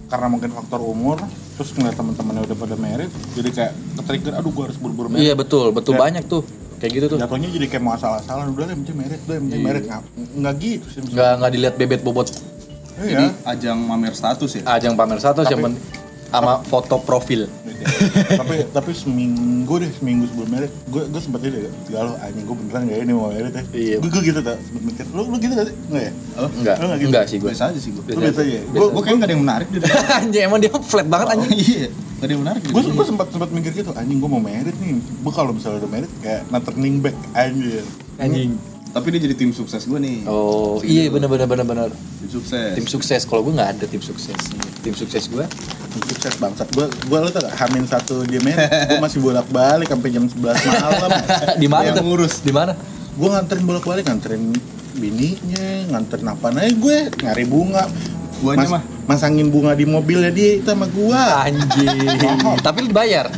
Speaker 2: karena mungkin faktor umur terus ngeliat teman-temannya udah pada merit jadi kayak ketrigger aduh gue harus buru-buru merit
Speaker 1: Iya betul, betul
Speaker 2: Ya.
Speaker 1: banyak tuh. Kayak gitu tuh.
Speaker 2: jatuhnya jadi kayak mau asal-asalan udah lah yang penting merit udah yang penting
Speaker 1: Iya.
Speaker 2: merit nggak nggak gitu sih
Speaker 1: Nggak nggak dilihat bebet bobot
Speaker 2: iya
Speaker 3: Jadi ajang mamer status ya.
Speaker 1: ajang pamer satu
Speaker 2: Tapi-
Speaker 1: yang penting sama foto profil.
Speaker 2: Gitu. tapi tapi seminggu deh seminggu sebelum merit gue gue sempet deh galau anjing gue beneran gak ya ini mau merit ya
Speaker 1: Iya.
Speaker 2: gue gue gitu tau sempet mikir lu lu gitu gak sih nggak ya
Speaker 3: Apa?
Speaker 1: Enggak,
Speaker 2: Oh, nggak gitu.
Speaker 1: enggak sih gue.
Speaker 3: Biasa aja sih gue.
Speaker 2: lu biasa aja gue
Speaker 1: Biasa.
Speaker 3: Gue kayaknya gak ada yang menarik di dalam.
Speaker 1: anjing emang dia flat banget anjing.
Speaker 3: Iya, gak ada yang menarik. di
Speaker 2: gue
Speaker 3: dalam.
Speaker 2: gue sempat sempat mikir gitu anjing gue mau merit nih gue kalau misalnya udah merit kayak nah turning back anjir
Speaker 1: Anjing.
Speaker 3: Tapi dia jadi tim sukses gue nih.
Speaker 1: Oh, iya benar benar benar benar.
Speaker 3: Tim sukses. Eh,
Speaker 1: Tim sukses kalau gue nggak ada tim sukses. Tim sukses gue
Speaker 2: sukses bangsat gue gue lu tau gak hamin satu dia merit gue masih bolak balik sampai jam 11 malam
Speaker 1: di mana
Speaker 3: Yang
Speaker 1: tuh?
Speaker 3: ngurus.
Speaker 1: Di mana?
Speaker 2: gue nganterin bolak balik nganterin bininya nganterin apa aja gue nyari bunga
Speaker 3: Guanya
Speaker 2: Mas-
Speaker 3: mah.
Speaker 2: masangin bunga di mobilnya dia itu sama gua
Speaker 1: Anjing. Tapi lu dibayar.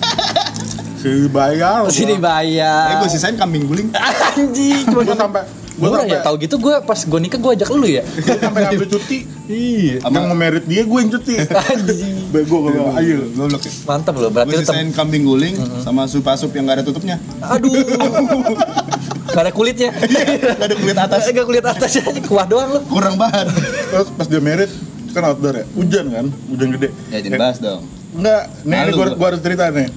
Speaker 2: si bayar
Speaker 1: Masih
Speaker 2: gua.
Speaker 3: Eh
Speaker 1: dibayar.
Speaker 3: gue sisain kambing guling.
Speaker 1: Anjing, cuma
Speaker 2: gue sampai gue
Speaker 1: Murah
Speaker 2: sampai
Speaker 1: ya, tahu gitu gue pas gue nikah gue ajak lu ya.
Speaker 2: gua sampai ngambil cuti
Speaker 1: Iya.
Speaker 2: yang mau merit dia gue yang cuti
Speaker 1: Anjing.
Speaker 2: bego kalau ayo
Speaker 3: Goblok ya.
Speaker 1: Mantap loh, berarti
Speaker 3: Gue
Speaker 1: lu tem-
Speaker 3: sisain kambing guling sama sup asup yang gak ada tutupnya.
Speaker 1: Aduh. Gak ada kulitnya.
Speaker 3: Gak ada kulit atas.
Speaker 1: Gak kulit atasnya aja kuah doang lu.
Speaker 3: Kurang bahan.
Speaker 2: terus pas dia merit kan outdoor ya hujan kan hujan gede Eh,
Speaker 3: Ya jadi bahas dong.
Speaker 2: enggak nih
Speaker 3: Malu
Speaker 2: gue
Speaker 3: gua.
Speaker 2: harus cerita nih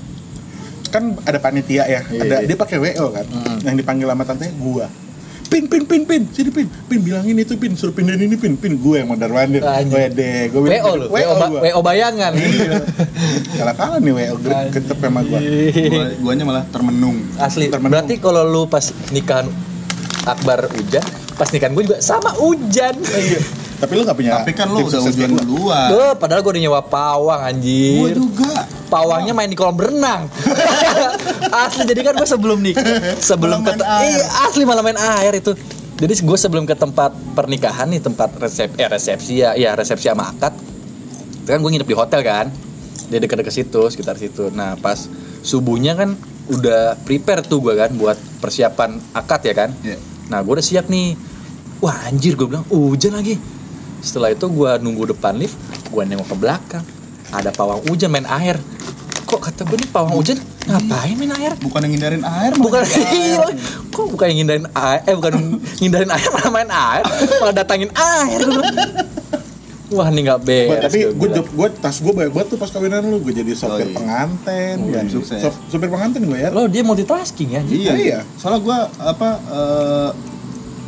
Speaker 2: kan ada panitia
Speaker 1: Iya,
Speaker 2: ya ada
Speaker 1: iya.
Speaker 2: dia pakai wo kan yang dipanggil sama tantenya gue pin pin pin pin sini pin pin bilangin itu pin suruh pindahin ini pin pin gue yang mondar mandir
Speaker 1: Anjing.
Speaker 2: wede gue
Speaker 1: WO lu, WO, ba- WO bayangan.
Speaker 3: Iya,
Speaker 2: kalah kalah Iya. nih wo gede- kecep sama gue
Speaker 3: Gua, guanya malah termenung.
Speaker 1: Iya. Asli.
Speaker 2: Termenung.
Speaker 1: Berarti kalau lu pas nikahan Akbar hujan, pas nikahan gue juga sama hujan.
Speaker 2: iya tapi lu gak punya
Speaker 3: Tapi kan lo
Speaker 2: tim
Speaker 3: udah
Speaker 2: sukses
Speaker 3: ujian
Speaker 2: kayak gua.
Speaker 3: duluan. Iya.
Speaker 1: Duh, padahal gue udah nyewa pawang
Speaker 3: Gue
Speaker 1: anjir.
Speaker 3: juga.
Speaker 1: Pawangnya main di kolam berenang. asli jadi kan gue sebelum nikah, sebelum
Speaker 3: Malah
Speaker 1: ke
Speaker 3: main air.
Speaker 1: Iya, asli malah main air itu. Jadi gue sebelum ke tempat pernikahan nih, tempat resep eh, resepsi ya, ya resepsi sama akad. Itu kan gue nginep di hotel kan. Dia deket-deket situ, sekitar situ. Nah, pas subuhnya kan udah prepare tuh gue kan buat persiapan akad ya kan.
Speaker 3: Iya.
Speaker 1: Nah, gue udah siap nih. Wah, anjir gue bilang "Uh, hujan lagi. Setelah itu gue nunggu depan lift, gue nengok ke belakang. Ada pawang hujan main air. Kok kata gue nih pawang hujan ngapain main air?
Speaker 3: Bukan yang ngindarin air, malah
Speaker 1: Bukan
Speaker 3: air.
Speaker 1: kok bukan yang ngindarin air, eh bukan ngindarin air malah main air, malah datangin air. Gua bilang. Wah, ini nggak
Speaker 3: Iya,
Speaker 2: Gua-
Speaker 1: beres.
Speaker 2: tapi
Speaker 1: gua
Speaker 2: gue
Speaker 1: bilang.
Speaker 2: gue tas gue banyak banget tuh pas kawinan lu gue jadi sopir
Speaker 3: Oh, iya.
Speaker 2: penganten
Speaker 3: Oh,
Speaker 2: ya.
Speaker 3: iya, sukses.
Speaker 2: Sop- sopir penganten gue ya
Speaker 1: Lo dia multitasking ya? anjing.
Speaker 3: Iya,
Speaker 2: Iya.
Speaker 3: iya. Soalnya gue apa eh,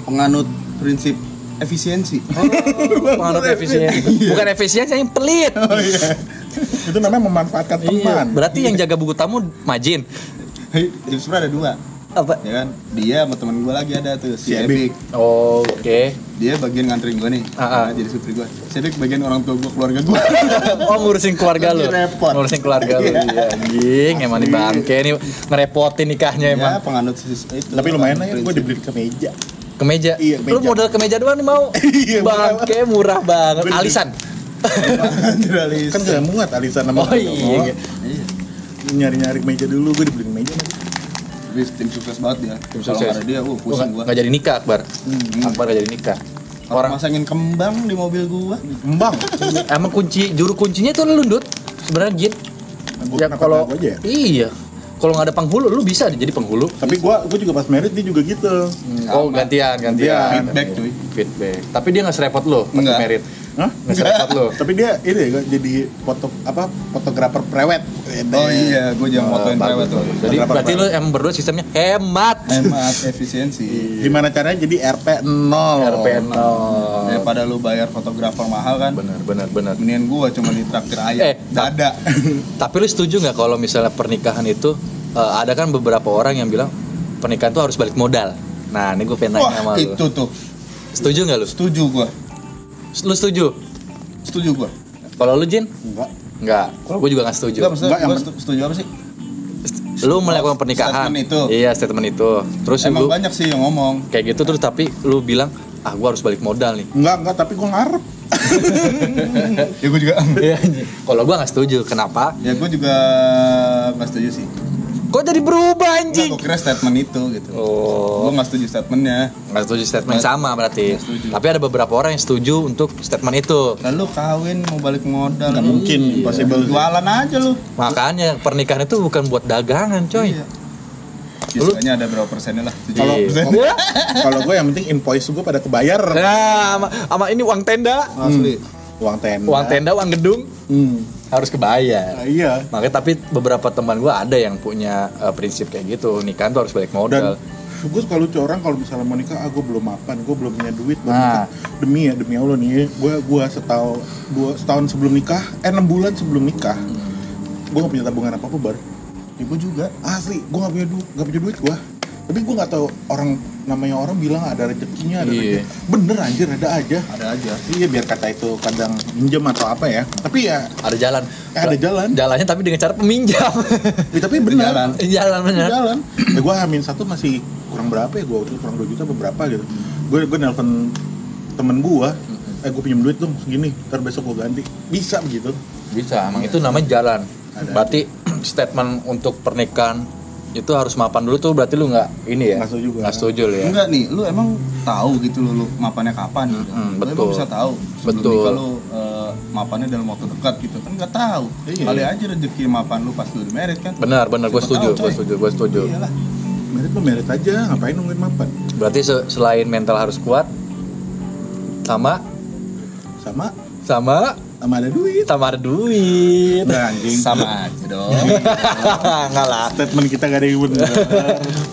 Speaker 3: penganut prinsip efisiensi.
Speaker 1: Pengaruh efisiensi. Bukan efisiensi, yang pelit.
Speaker 2: itu namanya memanfaatkan
Speaker 1: Iya,
Speaker 2: teman
Speaker 1: berarti yang jaga buku tamu Majin.
Speaker 3: Hei, Jadi sebenarnya ada dua,
Speaker 1: Apa?
Speaker 3: ya kan? Dia sama temen gue lagi ada tuh, si
Speaker 2: Si
Speaker 3: Ebik.
Speaker 1: Oh, oke.
Speaker 3: Dia bagian nganterin gue nih,
Speaker 1: Ah, ah.
Speaker 3: Nah, jadi supir gue. Si Ebik bagian orang tua gue, keluarga gue.
Speaker 1: Oh ngurusin keluarga lu.
Speaker 3: Lagi repot.
Speaker 1: Ngurusin keluarga lu.
Speaker 3: Iya.
Speaker 1: Iya, anjing, emang nih bangke nih ngerepotin nikahnya emang.
Speaker 3: ya, penganut sis- itu.
Speaker 2: tapi lumayan ya, aja gue
Speaker 3: Prinsip.
Speaker 2: dibeli kemeja
Speaker 1: Kemeja.
Speaker 2: Iya,
Speaker 1: Lu
Speaker 2: kemeja.
Speaker 1: modal kemeja doang nih mau.
Speaker 2: Iya, murah
Speaker 1: bangke murah banget.
Speaker 2: Bener.
Speaker 1: Alisan.
Speaker 3: Anjir, alis.
Speaker 2: kan gak muat alisan sama
Speaker 1: Oh iya.
Speaker 3: Iya.
Speaker 2: nyari nyari meja dulu gue dibeli meja
Speaker 3: Tapi tim sukses banget dia.
Speaker 1: Tim
Speaker 3: Kalau
Speaker 1: sukses.
Speaker 3: nggak ada dia, uh,
Speaker 1: Lu
Speaker 3: pusing gue.
Speaker 1: nggak- nggak jadi nikah Akbar. Akbar nggak jadi nikah.
Speaker 3: Orang
Speaker 1: Orang
Speaker 3: masangin kembang di mobil gue.
Speaker 2: embang
Speaker 1: emang kunci juru kuncinya itu lu Dut. Sebenarnya Jin.
Speaker 2: Kan Gua
Speaker 1: Ya
Speaker 2: kenapa
Speaker 1: kalau
Speaker 2: kenapa aja ya?
Speaker 1: iya. Kalau nggak ada penghulu lu bisa jadi penghulu.
Speaker 2: tapi gue gue juga pas merit dia juga gitu
Speaker 1: Oh gantian, gantian.
Speaker 3: Feedback, cuy.
Speaker 1: Feedback. Tapi dia nggak serepot lo pas
Speaker 3: Nggak.
Speaker 1: merit.
Speaker 2: Hah?
Speaker 1: Nggak serepot lo.
Speaker 2: tapi dia ini ya gua jadi foto apa fotografer prewed
Speaker 3: Oh iya, gue jangan motoin cewek tuh.
Speaker 1: Jadi berarti lu emang berdua sistemnya hemat.
Speaker 3: Hemat efisiensi.
Speaker 2: gimana caranya jadi RP 0
Speaker 3: daripada lu bayar fotografer mahal kan
Speaker 1: Benar, benar, benar.
Speaker 3: mendingan gua cuma ditraktir ayam
Speaker 1: Eh,
Speaker 3: dada
Speaker 1: Tapi lu setuju nggak kalau misalnya pernikahan itu eh, ada kan beberapa orang yang bilang pernikahan tuh harus balik modal. Nah, ini gue pengen nanya sama
Speaker 3: wah
Speaker 1: lu.
Speaker 3: itu tuh
Speaker 1: Setuju nggak lu?
Speaker 3: setuju gua
Speaker 1: Lu setuju?
Speaker 3: setuju gua
Speaker 1: Kalau lu Jin?
Speaker 2: enggak
Speaker 1: Nggak. Kalau gue juga nggak setuju.
Speaker 3: enggak maksudnya
Speaker 2: Enggak, yang
Speaker 3: gua
Speaker 2: pen-
Speaker 3: setu- setuju apa sih
Speaker 1: Lu melakukan pernikahan.
Speaker 3: Statement itu.
Speaker 1: Iya, statement itu. Terus lu
Speaker 3: emang banyak sih yang ngomong
Speaker 1: kayak gitu terus tapi lu bilang ah gue harus balik modal nih.
Speaker 2: enggak enggak tapi gue ngarep
Speaker 3: ya gua juga
Speaker 1: Iya, anjing. kalau gue nggak setuju, kenapa?
Speaker 3: ya gua juga nggak setuju sih
Speaker 1: Kok jadi berubah
Speaker 3: Nggak,
Speaker 1: anjing?
Speaker 3: gue kira statement itu gitu
Speaker 1: Oh.
Speaker 3: gue nggak setuju statementnya
Speaker 1: Nggak setuju statement sama berarti.
Speaker 3: setuju.
Speaker 1: Tapi ada beberapa orang yang setuju untuk statement itu.
Speaker 3: lalu kawin mau balik modal
Speaker 2: Nggak mungkin, impossible.
Speaker 3: jualan aja lu
Speaker 1: Makanya pernikahan itu bukan buat dagangan, coy.
Speaker 3: Iya. Biasanya ada berapa persennya lah
Speaker 2: Kalau
Speaker 1: Iya.
Speaker 2: kalau gue yang penting invoice gue pada kebayar
Speaker 1: Nah, ama, ama ini uang tenda,
Speaker 3: asli
Speaker 2: uang tenda.
Speaker 1: uang tenda, uang gedung
Speaker 2: Hmm.
Speaker 1: harus
Speaker 2: Nah,
Speaker 1: kebayar.
Speaker 2: iya.
Speaker 1: Makanya tapi beberapa teman gua ada yang punya eh, prinsip kayak gitu, nikahan tuh harus balik modal.
Speaker 2: Dan gue suka lucu orang kalau misalnya mau nikah, ah gue belum mapan, gue belum punya duit. belum
Speaker 1: Nah.
Speaker 2: nikah." Demi ya, demi Allah nih, gue gua setahun dua setahun sebelum nikah, eh enam bulan sebelum nikah, gue gak punya tabungan apa apa bar. Ya,
Speaker 3: ibu juga
Speaker 2: Asli, gue gak punya duit, gak punya duit gue. Tapi gue gak tahu orang namanya orang bilang ada rezekinya, ada
Speaker 1: Iya.
Speaker 2: rezeki. Bener anjir ada aja.
Speaker 3: ada aja
Speaker 2: Iya biar kata itu kadang minjem atau apa ya. Tapi ya,
Speaker 1: Ada jalan.
Speaker 2: Ada jalan.
Speaker 1: Jalannya tapi dengan cara peminjam.
Speaker 2: ya, tapi bener.
Speaker 3: jalan.
Speaker 1: jalan benar.
Speaker 2: jalan ya gue hamin satu masih kurang berapa ya gue waktu itu kurang 2 juta beberapa gitu gue gue nelfon temen gue eh gue pinjam duit dong segini ntar besok gue ganti bisa begitu
Speaker 1: Bisa, emang itu namanya jalan.
Speaker 2: Ada.
Speaker 1: Berarti statement untuk pernikahan itu harus mapan dulu tuh berarti lu nggak ini ya?
Speaker 2: Nggak setuju gua.
Speaker 1: Nggak setuju lu ya.
Speaker 3: Enggak nih, lu emang tahu gitu lu, lu mapannya kapan gitu.
Speaker 1: Mm-mm,
Speaker 3: Lu emang
Speaker 1: betul.
Speaker 3: bisa tahu. Sebelum
Speaker 1: Betul.
Speaker 3: nikah lu eh, mapannya dalam waktu dekat gitu. Kan enggak tahu.
Speaker 2: Iya.
Speaker 3: Kali aja rezeki mapan lu pas lu di merit kan.
Speaker 1: Benar, benar gue
Speaker 3: Siapa
Speaker 1: setuju,
Speaker 3: tahu,
Speaker 1: gue
Speaker 3: coy. Iya.
Speaker 1: setuju, gue setuju.
Speaker 3: Iyalah.
Speaker 2: merit lo merit aja ngapain nungguin mapan
Speaker 1: Berarti se- selain mental harus kuat sama
Speaker 2: sama
Speaker 1: sama
Speaker 2: sama ada duit
Speaker 1: sama ada duit.
Speaker 2: Udah, Nah, anjing
Speaker 3: Sama aja dong.
Speaker 1: Enggak lah.
Speaker 2: statement kita gak ada yang bener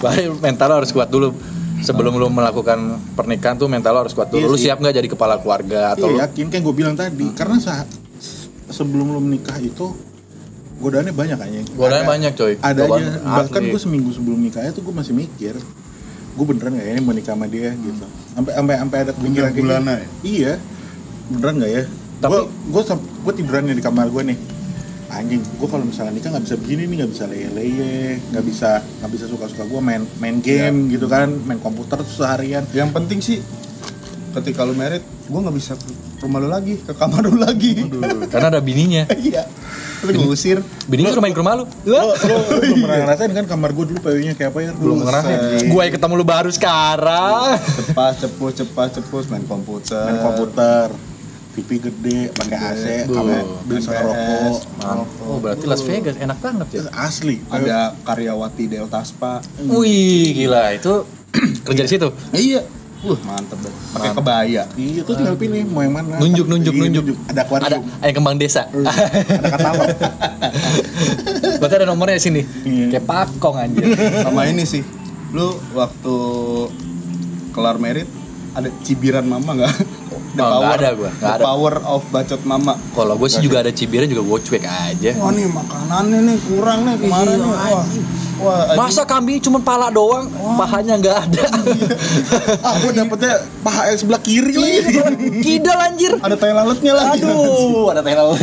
Speaker 1: Baik, mental lo harus kuat dulu. Sebelum lu melakukan pernikahan tuh mental lo harus kuat dulu.
Speaker 2: Iya
Speaker 1: Lu
Speaker 2: sih. Iya.
Speaker 1: siap nggak jadi kepala keluarga atau lu-
Speaker 2: atau yakin kayak gue bilang tadi karena saat sebelum lo menikah itu godaannya banyak anjing
Speaker 1: Godaannya
Speaker 2: Ada-
Speaker 1: banyak, coy.
Speaker 2: ada
Speaker 1: Godaan
Speaker 2: aja bahkan
Speaker 1: asli.
Speaker 2: gue seminggu sebelum nikahnya tuh gue masih mikir gue beneran gak ya ini mau nikah sama dia gitu sampai sampai sampai ada kepikiran kayak
Speaker 3: Bulan-bulanan
Speaker 2: gitu. iya beneran gak ya
Speaker 1: Tapi-
Speaker 2: gue gue gue tiduran ya di kamar gue nih anjing gue kalau misalnya nikah nggak bisa begini nih nggak bisa leye-leye nggak bisa nggak bisa suka-suka gue main main game gitu kan main komputer tuh seharian
Speaker 3: Yang penting sih ketika lu merit, gua nggak bisa ke rumah lu lagi, ke kamar lu lagi.
Speaker 1: karena ada bininya.
Speaker 3: Iya. Terus gua usir.
Speaker 1: Bininya suruh main ke rumah lu.
Speaker 2: Eh, lo lo, lo belum pernah ngerasain kan kamar gue dulu PW-nya kayak apa ya
Speaker 1: belum ngerasain gue ketemu lu baru sekarang
Speaker 3: Cepat, cepus, cepat, cepus main komputer.
Speaker 2: main komputer TV gede pakai AC sama beli rokok
Speaker 3: PS,
Speaker 1: oh berarti Las Vegas enak banget ya
Speaker 2: asli kayak
Speaker 3: ada karyawati Delta Spa.
Speaker 1: wih gila itu kerja di situ
Speaker 3: Iya. Wah, mantep deh. Pakai kebaya.
Speaker 2: iya tuh tinggal pilih mau yang mana
Speaker 1: nunjuk nunjuk
Speaker 2: Iya,
Speaker 1: nunjuk
Speaker 2: ada
Speaker 1: ada
Speaker 2: akuarium
Speaker 1: ayam kembang desa
Speaker 2: Iya, ada katalog
Speaker 1: berarti ada nomornya di sini
Speaker 2: Iya.
Speaker 1: kayak pakong anjir
Speaker 3: Sama ini sih. Lu waktu kelar merit ada cibiran mama nggak? The
Speaker 1: Oh, nggak
Speaker 3: power,
Speaker 1: ada gua, nggak
Speaker 3: the
Speaker 1: ada.
Speaker 3: power of bacot mama.
Speaker 1: kalau gue sih juga ada cibiran juga gue cuek aja
Speaker 3: Wah nih makanannya nih kurang nih kemarin nih. Wah, wah
Speaker 1: masa kambing cuma pala doang pahanya nggak ada
Speaker 2: ah gue dapetnya paha yang sebelah kiri lagi
Speaker 1: Iya, kidal anjir
Speaker 3: ada tai lalatnya lagi.
Speaker 1: aduh ada tai lalat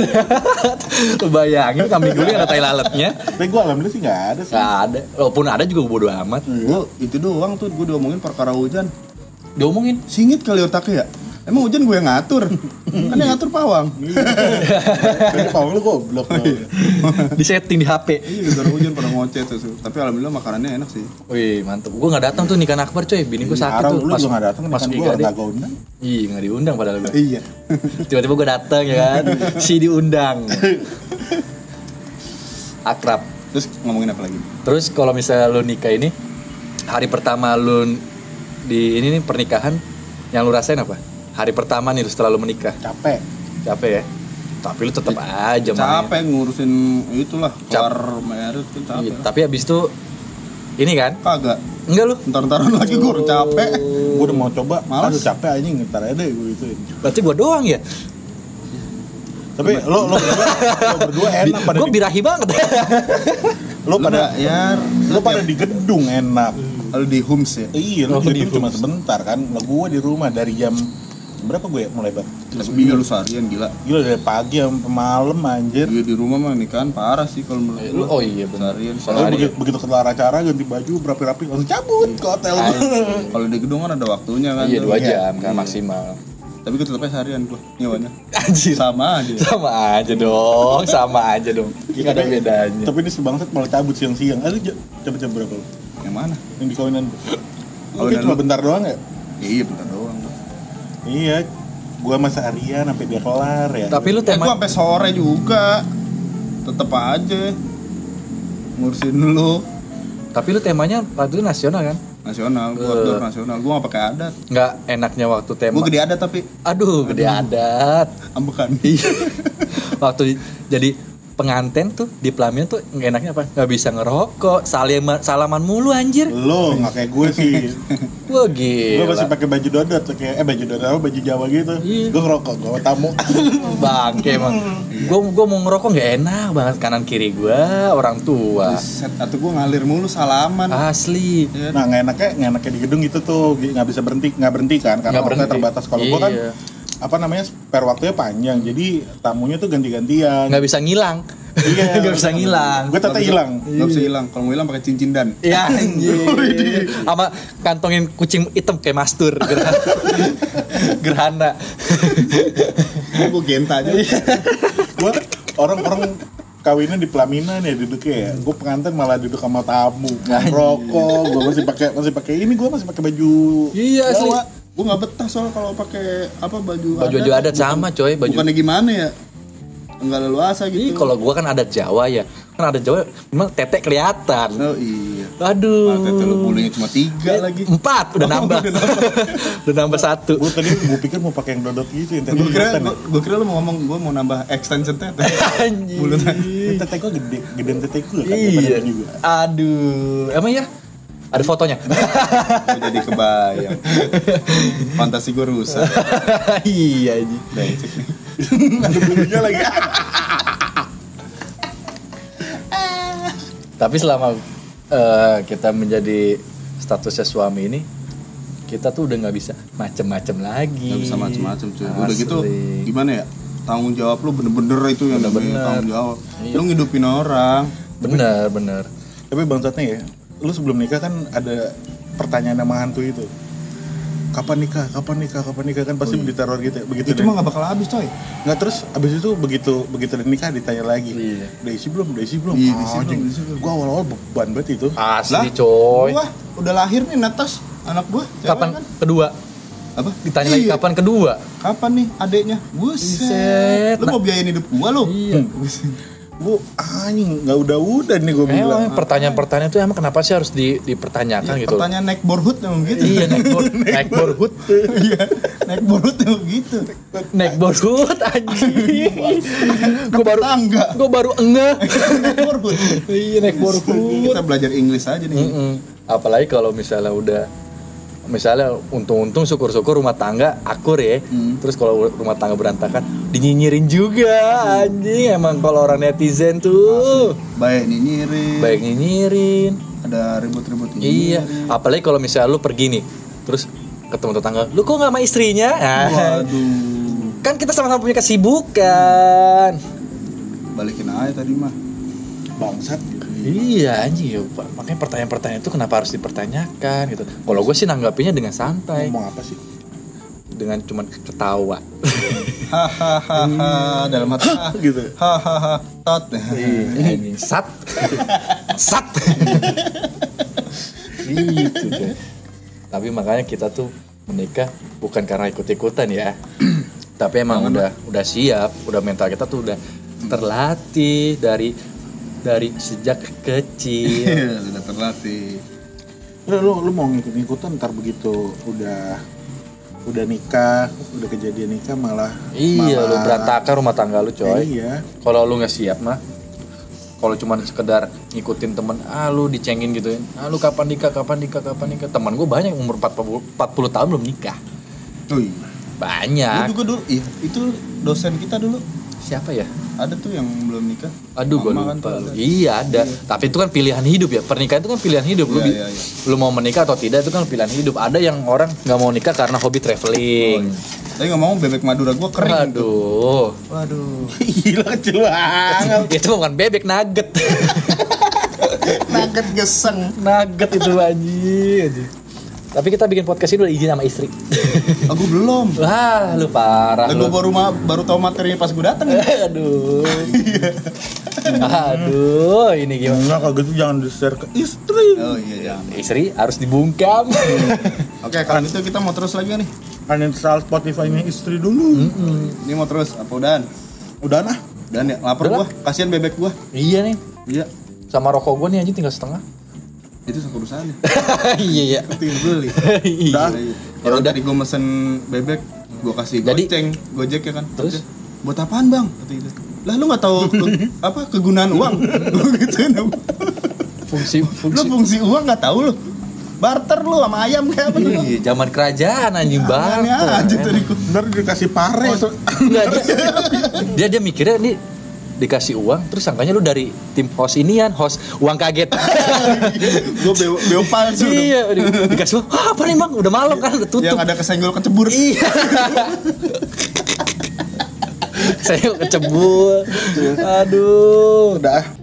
Speaker 1: Lu bayangin kambing guling ada tai lalatnya
Speaker 2: tapi gue alhamdulillah sih nggak ada sih
Speaker 1: nggak ada walaupun ada juga gue bodo amat
Speaker 3: Lu Iya, itu doang tuh gue diomongin perkara hujan.
Speaker 1: diomongin
Speaker 3: Singit kali otaknya ya. Emang hujan gue yang ngatur. kan yang ngatur pawang.
Speaker 2: tapi pawang lu goblok lo.
Speaker 1: Iya. di setting di HP
Speaker 3: Iya, gara hujan pada ngoceh tuh. tuh. Tapi alhamdulillah makanannya enak sih.
Speaker 1: Wih mantep, gue gak datang tuh nikahan Akbar coy, bini gue sakit
Speaker 2: Arah,
Speaker 1: tuh
Speaker 2: lu juga nggak datang
Speaker 1: pas
Speaker 2: kan gue
Speaker 1: IGD.
Speaker 2: nggak gua undang
Speaker 1: Ih gak diundang padahal gue
Speaker 3: Iya.
Speaker 1: Tiba-tiba gue datang ya kan, si diundang Akrab
Speaker 3: Terus ngomongin apa lagi?
Speaker 1: Terus kalau misalnya lu nikah ini, hari pertama lu di ini nih pernikahan, yang lu rasain apa? Hari pertama nih lu setelah lu menikah,
Speaker 2: capek
Speaker 1: capek ya? Tapi lu tetap aja main.
Speaker 3: capek ngurusin itulah
Speaker 1: Cap-
Speaker 3: kelar merit tuh
Speaker 1: Iya,
Speaker 3: capek lah.
Speaker 1: Tapi abis itu, ini kan,
Speaker 3: kagak
Speaker 1: enggak lu
Speaker 3: ntar-ntaran lagi gue udah capek
Speaker 2: gue udah mau coba
Speaker 3: Males.
Speaker 2: aduh capek anjing ntar aja deh gue ituin
Speaker 1: Berarti gue doang ya?
Speaker 2: tapi lo lo berdua, lo berdua enak pada
Speaker 1: Gue
Speaker 2: di,
Speaker 1: birahi banget
Speaker 2: lo pada
Speaker 3: nggak, ya
Speaker 2: lo pada di gedung enak
Speaker 3: lu di homes ya
Speaker 2: Iya, lu
Speaker 1: Oh, di
Speaker 2: jadi cuma
Speaker 1: Hums.
Speaker 2: sebentar kan. Lah gua di rumah dari jam berapa gue ya mulai bang?
Speaker 3: tapi
Speaker 1: Iya.
Speaker 3: gak lu seharian gila
Speaker 2: Gila dari pagi sampai malam anjir.
Speaker 3: Iya di rumah mah nikahan parah sih kalau menurut
Speaker 1: Eh, lu-
Speaker 3: gua.
Speaker 1: oh iya, benar.
Speaker 3: Seharian,
Speaker 1: Kalau
Speaker 2: Kalau
Speaker 1: hari-
Speaker 3: seharian.
Speaker 2: begitu, begitu kelar acara ganti baju berapi-rapi langsung cabut ke hotel.
Speaker 1: Ay.
Speaker 3: Kalau di gedung kan ada waktunya kan.
Speaker 1: Iya
Speaker 3: tuh.
Speaker 1: dua
Speaker 2: Iya.
Speaker 1: jam kan maksimal.
Speaker 3: tapi gue tetapnya seharian gue nyewanya
Speaker 1: Anjir.
Speaker 3: ya. sama aja
Speaker 1: Sama aja dong, sama aja dong. Gak ada bedanya.
Speaker 2: Tapi ini sebangsat malah cabut siang-siang. Aduh, Ja- cabut jam berapa lu?
Speaker 3: yang mana
Speaker 2: Yang di kawinan.
Speaker 1: Oh,
Speaker 2: Tapi
Speaker 3: Kawinan
Speaker 2: cuma
Speaker 3: lu.
Speaker 2: bentar doang ya?
Speaker 3: ya, iya bentar doang gua.
Speaker 2: Iya. Gua sama seharian sampai dia kelar ya.
Speaker 1: Tapi lu
Speaker 3: ya gue
Speaker 1: tema
Speaker 3: sampai sore juga tetep aja ngurusin lu
Speaker 1: tapi lu temanya waktu itu nasional kan?
Speaker 3: nasional gue
Speaker 1: Eh.
Speaker 3: outdoor nasional gue gak pakai adat
Speaker 1: Nggak enaknya waktu tema.
Speaker 3: gue gede adat tapi
Speaker 1: Aduh, gede adat.
Speaker 3: ambekan
Speaker 1: Iya. waktu jadi penganten tuh di pelaminan tuh nggak enaknya apa? Nggak bisa ngerokok, salaman salaman mulu anjir.
Speaker 2: Lo nggak kayak gue sih.
Speaker 1: Wah
Speaker 2: gue
Speaker 1: gila.
Speaker 2: masih pakai baju dodot kayak eh baju dodot apa baju Jawa gitu.
Speaker 1: Iya.
Speaker 2: Gue ngerokok, gue tamu.
Speaker 1: Bangke emang. Gue gua mau ngerokok nggak enak banget kanan kiri gua orang tua.
Speaker 3: set atau gue ngalir
Speaker 1: Ah,
Speaker 3: mulu salaman
Speaker 1: Asli.
Speaker 3: Ya,
Speaker 2: Nah, nggak enaknya, nggak enaknya di gedung itu tuh gi- nggak bisa berhenti, nggak berhenti kan?
Speaker 1: Nggak
Speaker 2: Karena waktunya
Speaker 1: berhenti.
Speaker 2: terbatas. Kalau gua kan
Speaker 1: Iya.
Speaker 2: apa namanya spare waktunya panjang, jadi tamunya tuh ganti-gantian.
Speaker 1: Nggak bisa ngilang.
Speaker 2: Iya,
Speaker 1: nggak bisa ngilang.
Speaker 2: Gue tata hilang.
Speaker 3: Gak bisa hilang. Kalau mau hilang pakai cincin dan.
Speaker 1: Ya anjir. Sama kantongin kucing hitam kayak mastur gerhana. gerhana.
Speaker 3: Gue Oh, genta aja.
Speaker 2: Gue orang-orang kawinan di pelaminan ya duduknya ya. Gue pengantin malah duduk sama tamu, ngerokok. Gue masih pakai masih pakai ini, gue masih pakai baju.
Speaker 1: Iya asli.
Speaker 3: Jawa. Gue nggak betah soal kalau pakai apa baju.
Speaker 1: Baju-baju adat sama coy, baju.
Speaker 3: Bukannya gimana ya? Enggak leluasa
Speaker 1: Ih,
Speaker 3: gitu.
Speaker 1: kalau gua kan adat Jawa ya. Kan adat Jawa memang tetek kelihatan.
Speaker 3: Oh iya. Mata telu
Speaker 1: Aduh. Eh,
Speaker 3: bulunya cuma tiga lagi.
Speaker 1: Empat udah
Speaker 3: Oh,
Speaker 1: nambah.
Speaker 3: udah nambah.
Speaker 1: udah nambah satu.
Speaker 2: Gue tadi gue pikir mau pakai yang dodot gitu, yang tadi
Speaker 3: Gue kira,
Speaker 2: kelihatan ya.
Speaker 3: gue kira lu mau ngomong gue mau nambah extension tete. Mulut.
Speaker 1: Anjir.
Speaker 2: Tete gue gede, gedean tete gue kan daripada
Speaker 1: Iya.
Speaker 2: baju gua.
Speaker 1: Aduh. Emang ya? Ada fotonya.
Speaker 3: Gua jadi kebayang. Fantasi gue rusak.
Speaker 1: iya, anjir.
Speaker 3: Becek nih.
Speaker 2: Ada bulunya lagi.
Speaker 1: Tapi selama eh, kita menjadi statusnya suami ini, kita tuh udah nggak bisa macem-macem lagi.
Speaker 3: Gak bisa macem-macem cuy. Udah
Speaker 1: Asli.
Speaker 3: gitu gimana ya? Tanggung jawab lu bener-bener itu yang namanya tanggung jawab.
Speaker 1: Iya.
Speaker 3: Lu ngidupin orang.
Speaker 1: Bener, bener.
Speaker 2: Tapi bangsatnya ya, lu sebelum nikah kan ada pertanyaan yang menghantui itu. Kapan nikah? Kapan nikah? Kapan nikah? Kan
Speaker 1: Oh,
Speaker 2: pasti
Speaker 1: iya.
Speaker 2: diteror gitu ya. Begitu
Speaker 3: Itu
Speaker 2: deh.
Speaker 3: mah gak bakal habis coy.
Speaker 2: Nggak terus abis itu begitu begitu udah nikah ditanya lagi.
Speaker 1: Iya.
Speaker 2: Udah isi belum? Udah isi belum?
Speaker 3: Iya,
Speaker 2: Ah,
Speaker 3: udah isi belum,
Speaker 2: anjing.
Speaker 3: udah isi belum.
Speaker 2: Gua awal-awal beban banget itu.
Speaker 1: Asli
Speaker 3: Lah,
Speaker 1: coy.
Speaker 3: Gua udah lahir nih Natas, anak gua. cewek
Speaker 1: Kapan
Speaker 3: kan.
Speaker 1: kedua?
Speaker 3: Apa?
Speaker 1: Ditanya lagi
Speaker 3: Iya,
Speaker 1: kapan kedua?
Speaker 3: Kapan nih adeknya?
Speaker 1: Buset.
Speaker 3: Buset. Lu mau biayain hidup gua lu? Hmm,
Speaker 1: Iya.
Speaker 3: Buset.
Speaker 2: Gua anjing nggak udah-udah nih gua bilang.
Speaker 1: Emang pertanyaan-pertanyaan tuh emang kenapa sih harus di- dipertanyakan
Speaker 3: Iya,
Speaker 1: gitu?
Speaker 3: Pertanyaan naik borhut emang gitu.
Speaker 1: Iya, naik bor- naik borhut.
Speaker 3: Iya, naik borhut emang gitu.
Speaker 1: Naik borhut anjing. Gua baru
Speaker 3: Tangga.
Speaker 1: Gua baru engeh.
Speaker 3: naik borhut.
Speaker 1: Iya, naik borhut. Hmm.
Speaker 3: Kita belajar Inggris aja nih.
Speaker 1: Mm-mm. Apalagi kalau misalnya udah misalnya untung-untung syukur-syukur rumah tangga akur ya. Terus kalau rumah tangga berantakan dinyinyirin juga anjing. Emang kalau orang netizen tuh
Speaker 3: Baik nih nyiri.
Speaker 1: baik nyinyirin.
Speaker 3: Ada ribut-ribut ini.
Speaker 1: Iya, apalagi kalau misalnya lu pergi nih. Terus ketemu tetangga, lu kok nggak sama istrinya? Ah,
Speaker 3: Waduh.
Speaker 1: Kan kita sama-sama punya kesibukan.
Speaker 3: Balikin aja tadi mah.
Speaker 2: Bangsat.
Speaker 1: Iya anjing ya, Pak. makanya pertanyaan-pertanyaan itu kenapa harus dipertanyakan gitu. Kalau gue sih nanggapinya dengan santai,
Speaker 2: Ngomong apa sih?
Speaker 1: dengan cuman ketawa.
Speaker 3: Hahaha dalam hati. ah.
Speaker 2: gitu.
Speaker 3: Hahaha tot.
Speaker 1: Anjing. Sat. Sat. gitu deh. Tapi makanya kita tuh menikah bukan karena ikut-ikutan ya. Tapi emang udah udah siap, udah mental kita tuh udah terlatih dari dari sejak kecil.
Speaker 3: Iya, sudah terlatih.
Speaker 2: Udah, lu lu mau ngikut-ngikutan ntar begitu udah udah nikah, udah kejadian nikah malah
Speaker 1: iya, lu
Speaker 2: malah-
Speaker 1: berantakan rumah tangga lu, coy.
Speaker 2: Iya.
Speaker 1: Kalau lu nggak siap mah kalau cuman sekedar ngikutin temen ah lu dicengin gitu ya ah lu kapan nikah kapan nikah kapan nikah teman gue banyak yang umur 40, 40 tahun belum nikah
Speaker 3: Tuh. Lu
Speaker 1: Banyak.
Speaker 3: juga dulu, ih, itu dosen kita dulu
Speaker 1: Siapa ya?
Speaker 3: ada tuh yang belum nikah.
Speaker 1: Aduh, gue lupa.
Speaker 3: Mama kan tuh ada.
Speaker 1: iya ada. Tapi itu kan pilihan hidup ya. Pernikahan itu kan pilihan hidup. Lu,
Speaker 3: Iya,
Speaker 1: bi-
Speaker 3: iya, iya.
Speaker 1: lu mau menikah atau tidak itu kan pilihan hidup. Ada yang orang nggak mau nikah karena hobi
Speaker 3: Oh,
Speaker 1: traveling.
Speaker 3: Tapi nggak mau bebek Madura gua kering.
Speaker 1: Aduh.
Speaker 3: Waduh.
Speaker 2: Gila kecil banget.
Speaker 1: itu bukan bebek nugget.
Speaker 3: Nugget geseng.
Speaker 1: nugget itu anjir. Tapi kita bikin podcast ini udah izin sama istri.
Speaker 3: Aku Ah, belum.
Speaker 1: Wah, lu parah.
Speaker 3: Lah
Speaker 1: lu.
Speaker 3: gue baru ma- baru tahu materinya pas gue dateng ya.
Speaker 1: Aduh. Aduh, ini gimana?
Speaker 2: Enggak kalau gitu jangan di-share ke istri.
Speaker 3: Oh iya jangan.
Speaker 1: Istri harus dibungkam.
Speaker 3: Oke, kalau itu kita mau terus lagi nih.
Speaker 2: Uninstall Kan Spotify-nya istri
Speaker 3: Hmm.
Speaker 2: dulu.
Speaker 3: Ini mau terus apa udahan?
Speaker 2: Udah nah.
Speaker 3: Udahan ya, lapar
Speaker 1: Udah
Speaker 3: gua. Kasihan bebek gua.
Speaker 1: iya nih,
Speaker 3: Iya.
Speaker 1: sama rokok gua nih anjing tinggal setengah.
Speaker 3: Itu satu urusannya.
Speaker 1: iya, iya.
Speaker 3: Penting beli.
Speaker 1: Iya.
Speaker 3: Udah. Kalau
Speaker 1: udah.
Speaker 3: tadi gua mesen bebek, gua kasih
Speaker 1: Jadi-
Speaker 3: goceng, Gojek ya kan.
Speaker 1: Terus?
Speaker 3: Buat apaan, Bang? Kata gitu. Lah lu nggak tahu ke- apa kegunaan uang? gitu, Lu gituin. dong.
Speaker 1: Fungsi
Speaker 3: Lu
Speaker 1: fungsi.
Speaker 3: fungsi uang nggak tahu lu. Barter lu sama ayam kayak apa lu?
Speaker 1: Iya, zaman kerajaan anjing
Speaker 3: Aneh
Speaker 1: banget.
Speaker 3: aja tadi gua.
Speaker 2: Ntar dikasih pare.
Speaker 1: Nggak, dia, dia dia mikirnya ini dikasih uang terus sangkanya lu dari tim host inian host uang kaget
Speaker 3: Gua beo, beo palsu dong.
Speaker 1: iya di- dikasih uang "Wah, apa nih bang udah malam kan udah tutup
Speaker 3: Yang ada kesenggol kecebur.
Speaker 1: iya saya kecebur aduh Iya.
Speaker 2: Udah ah.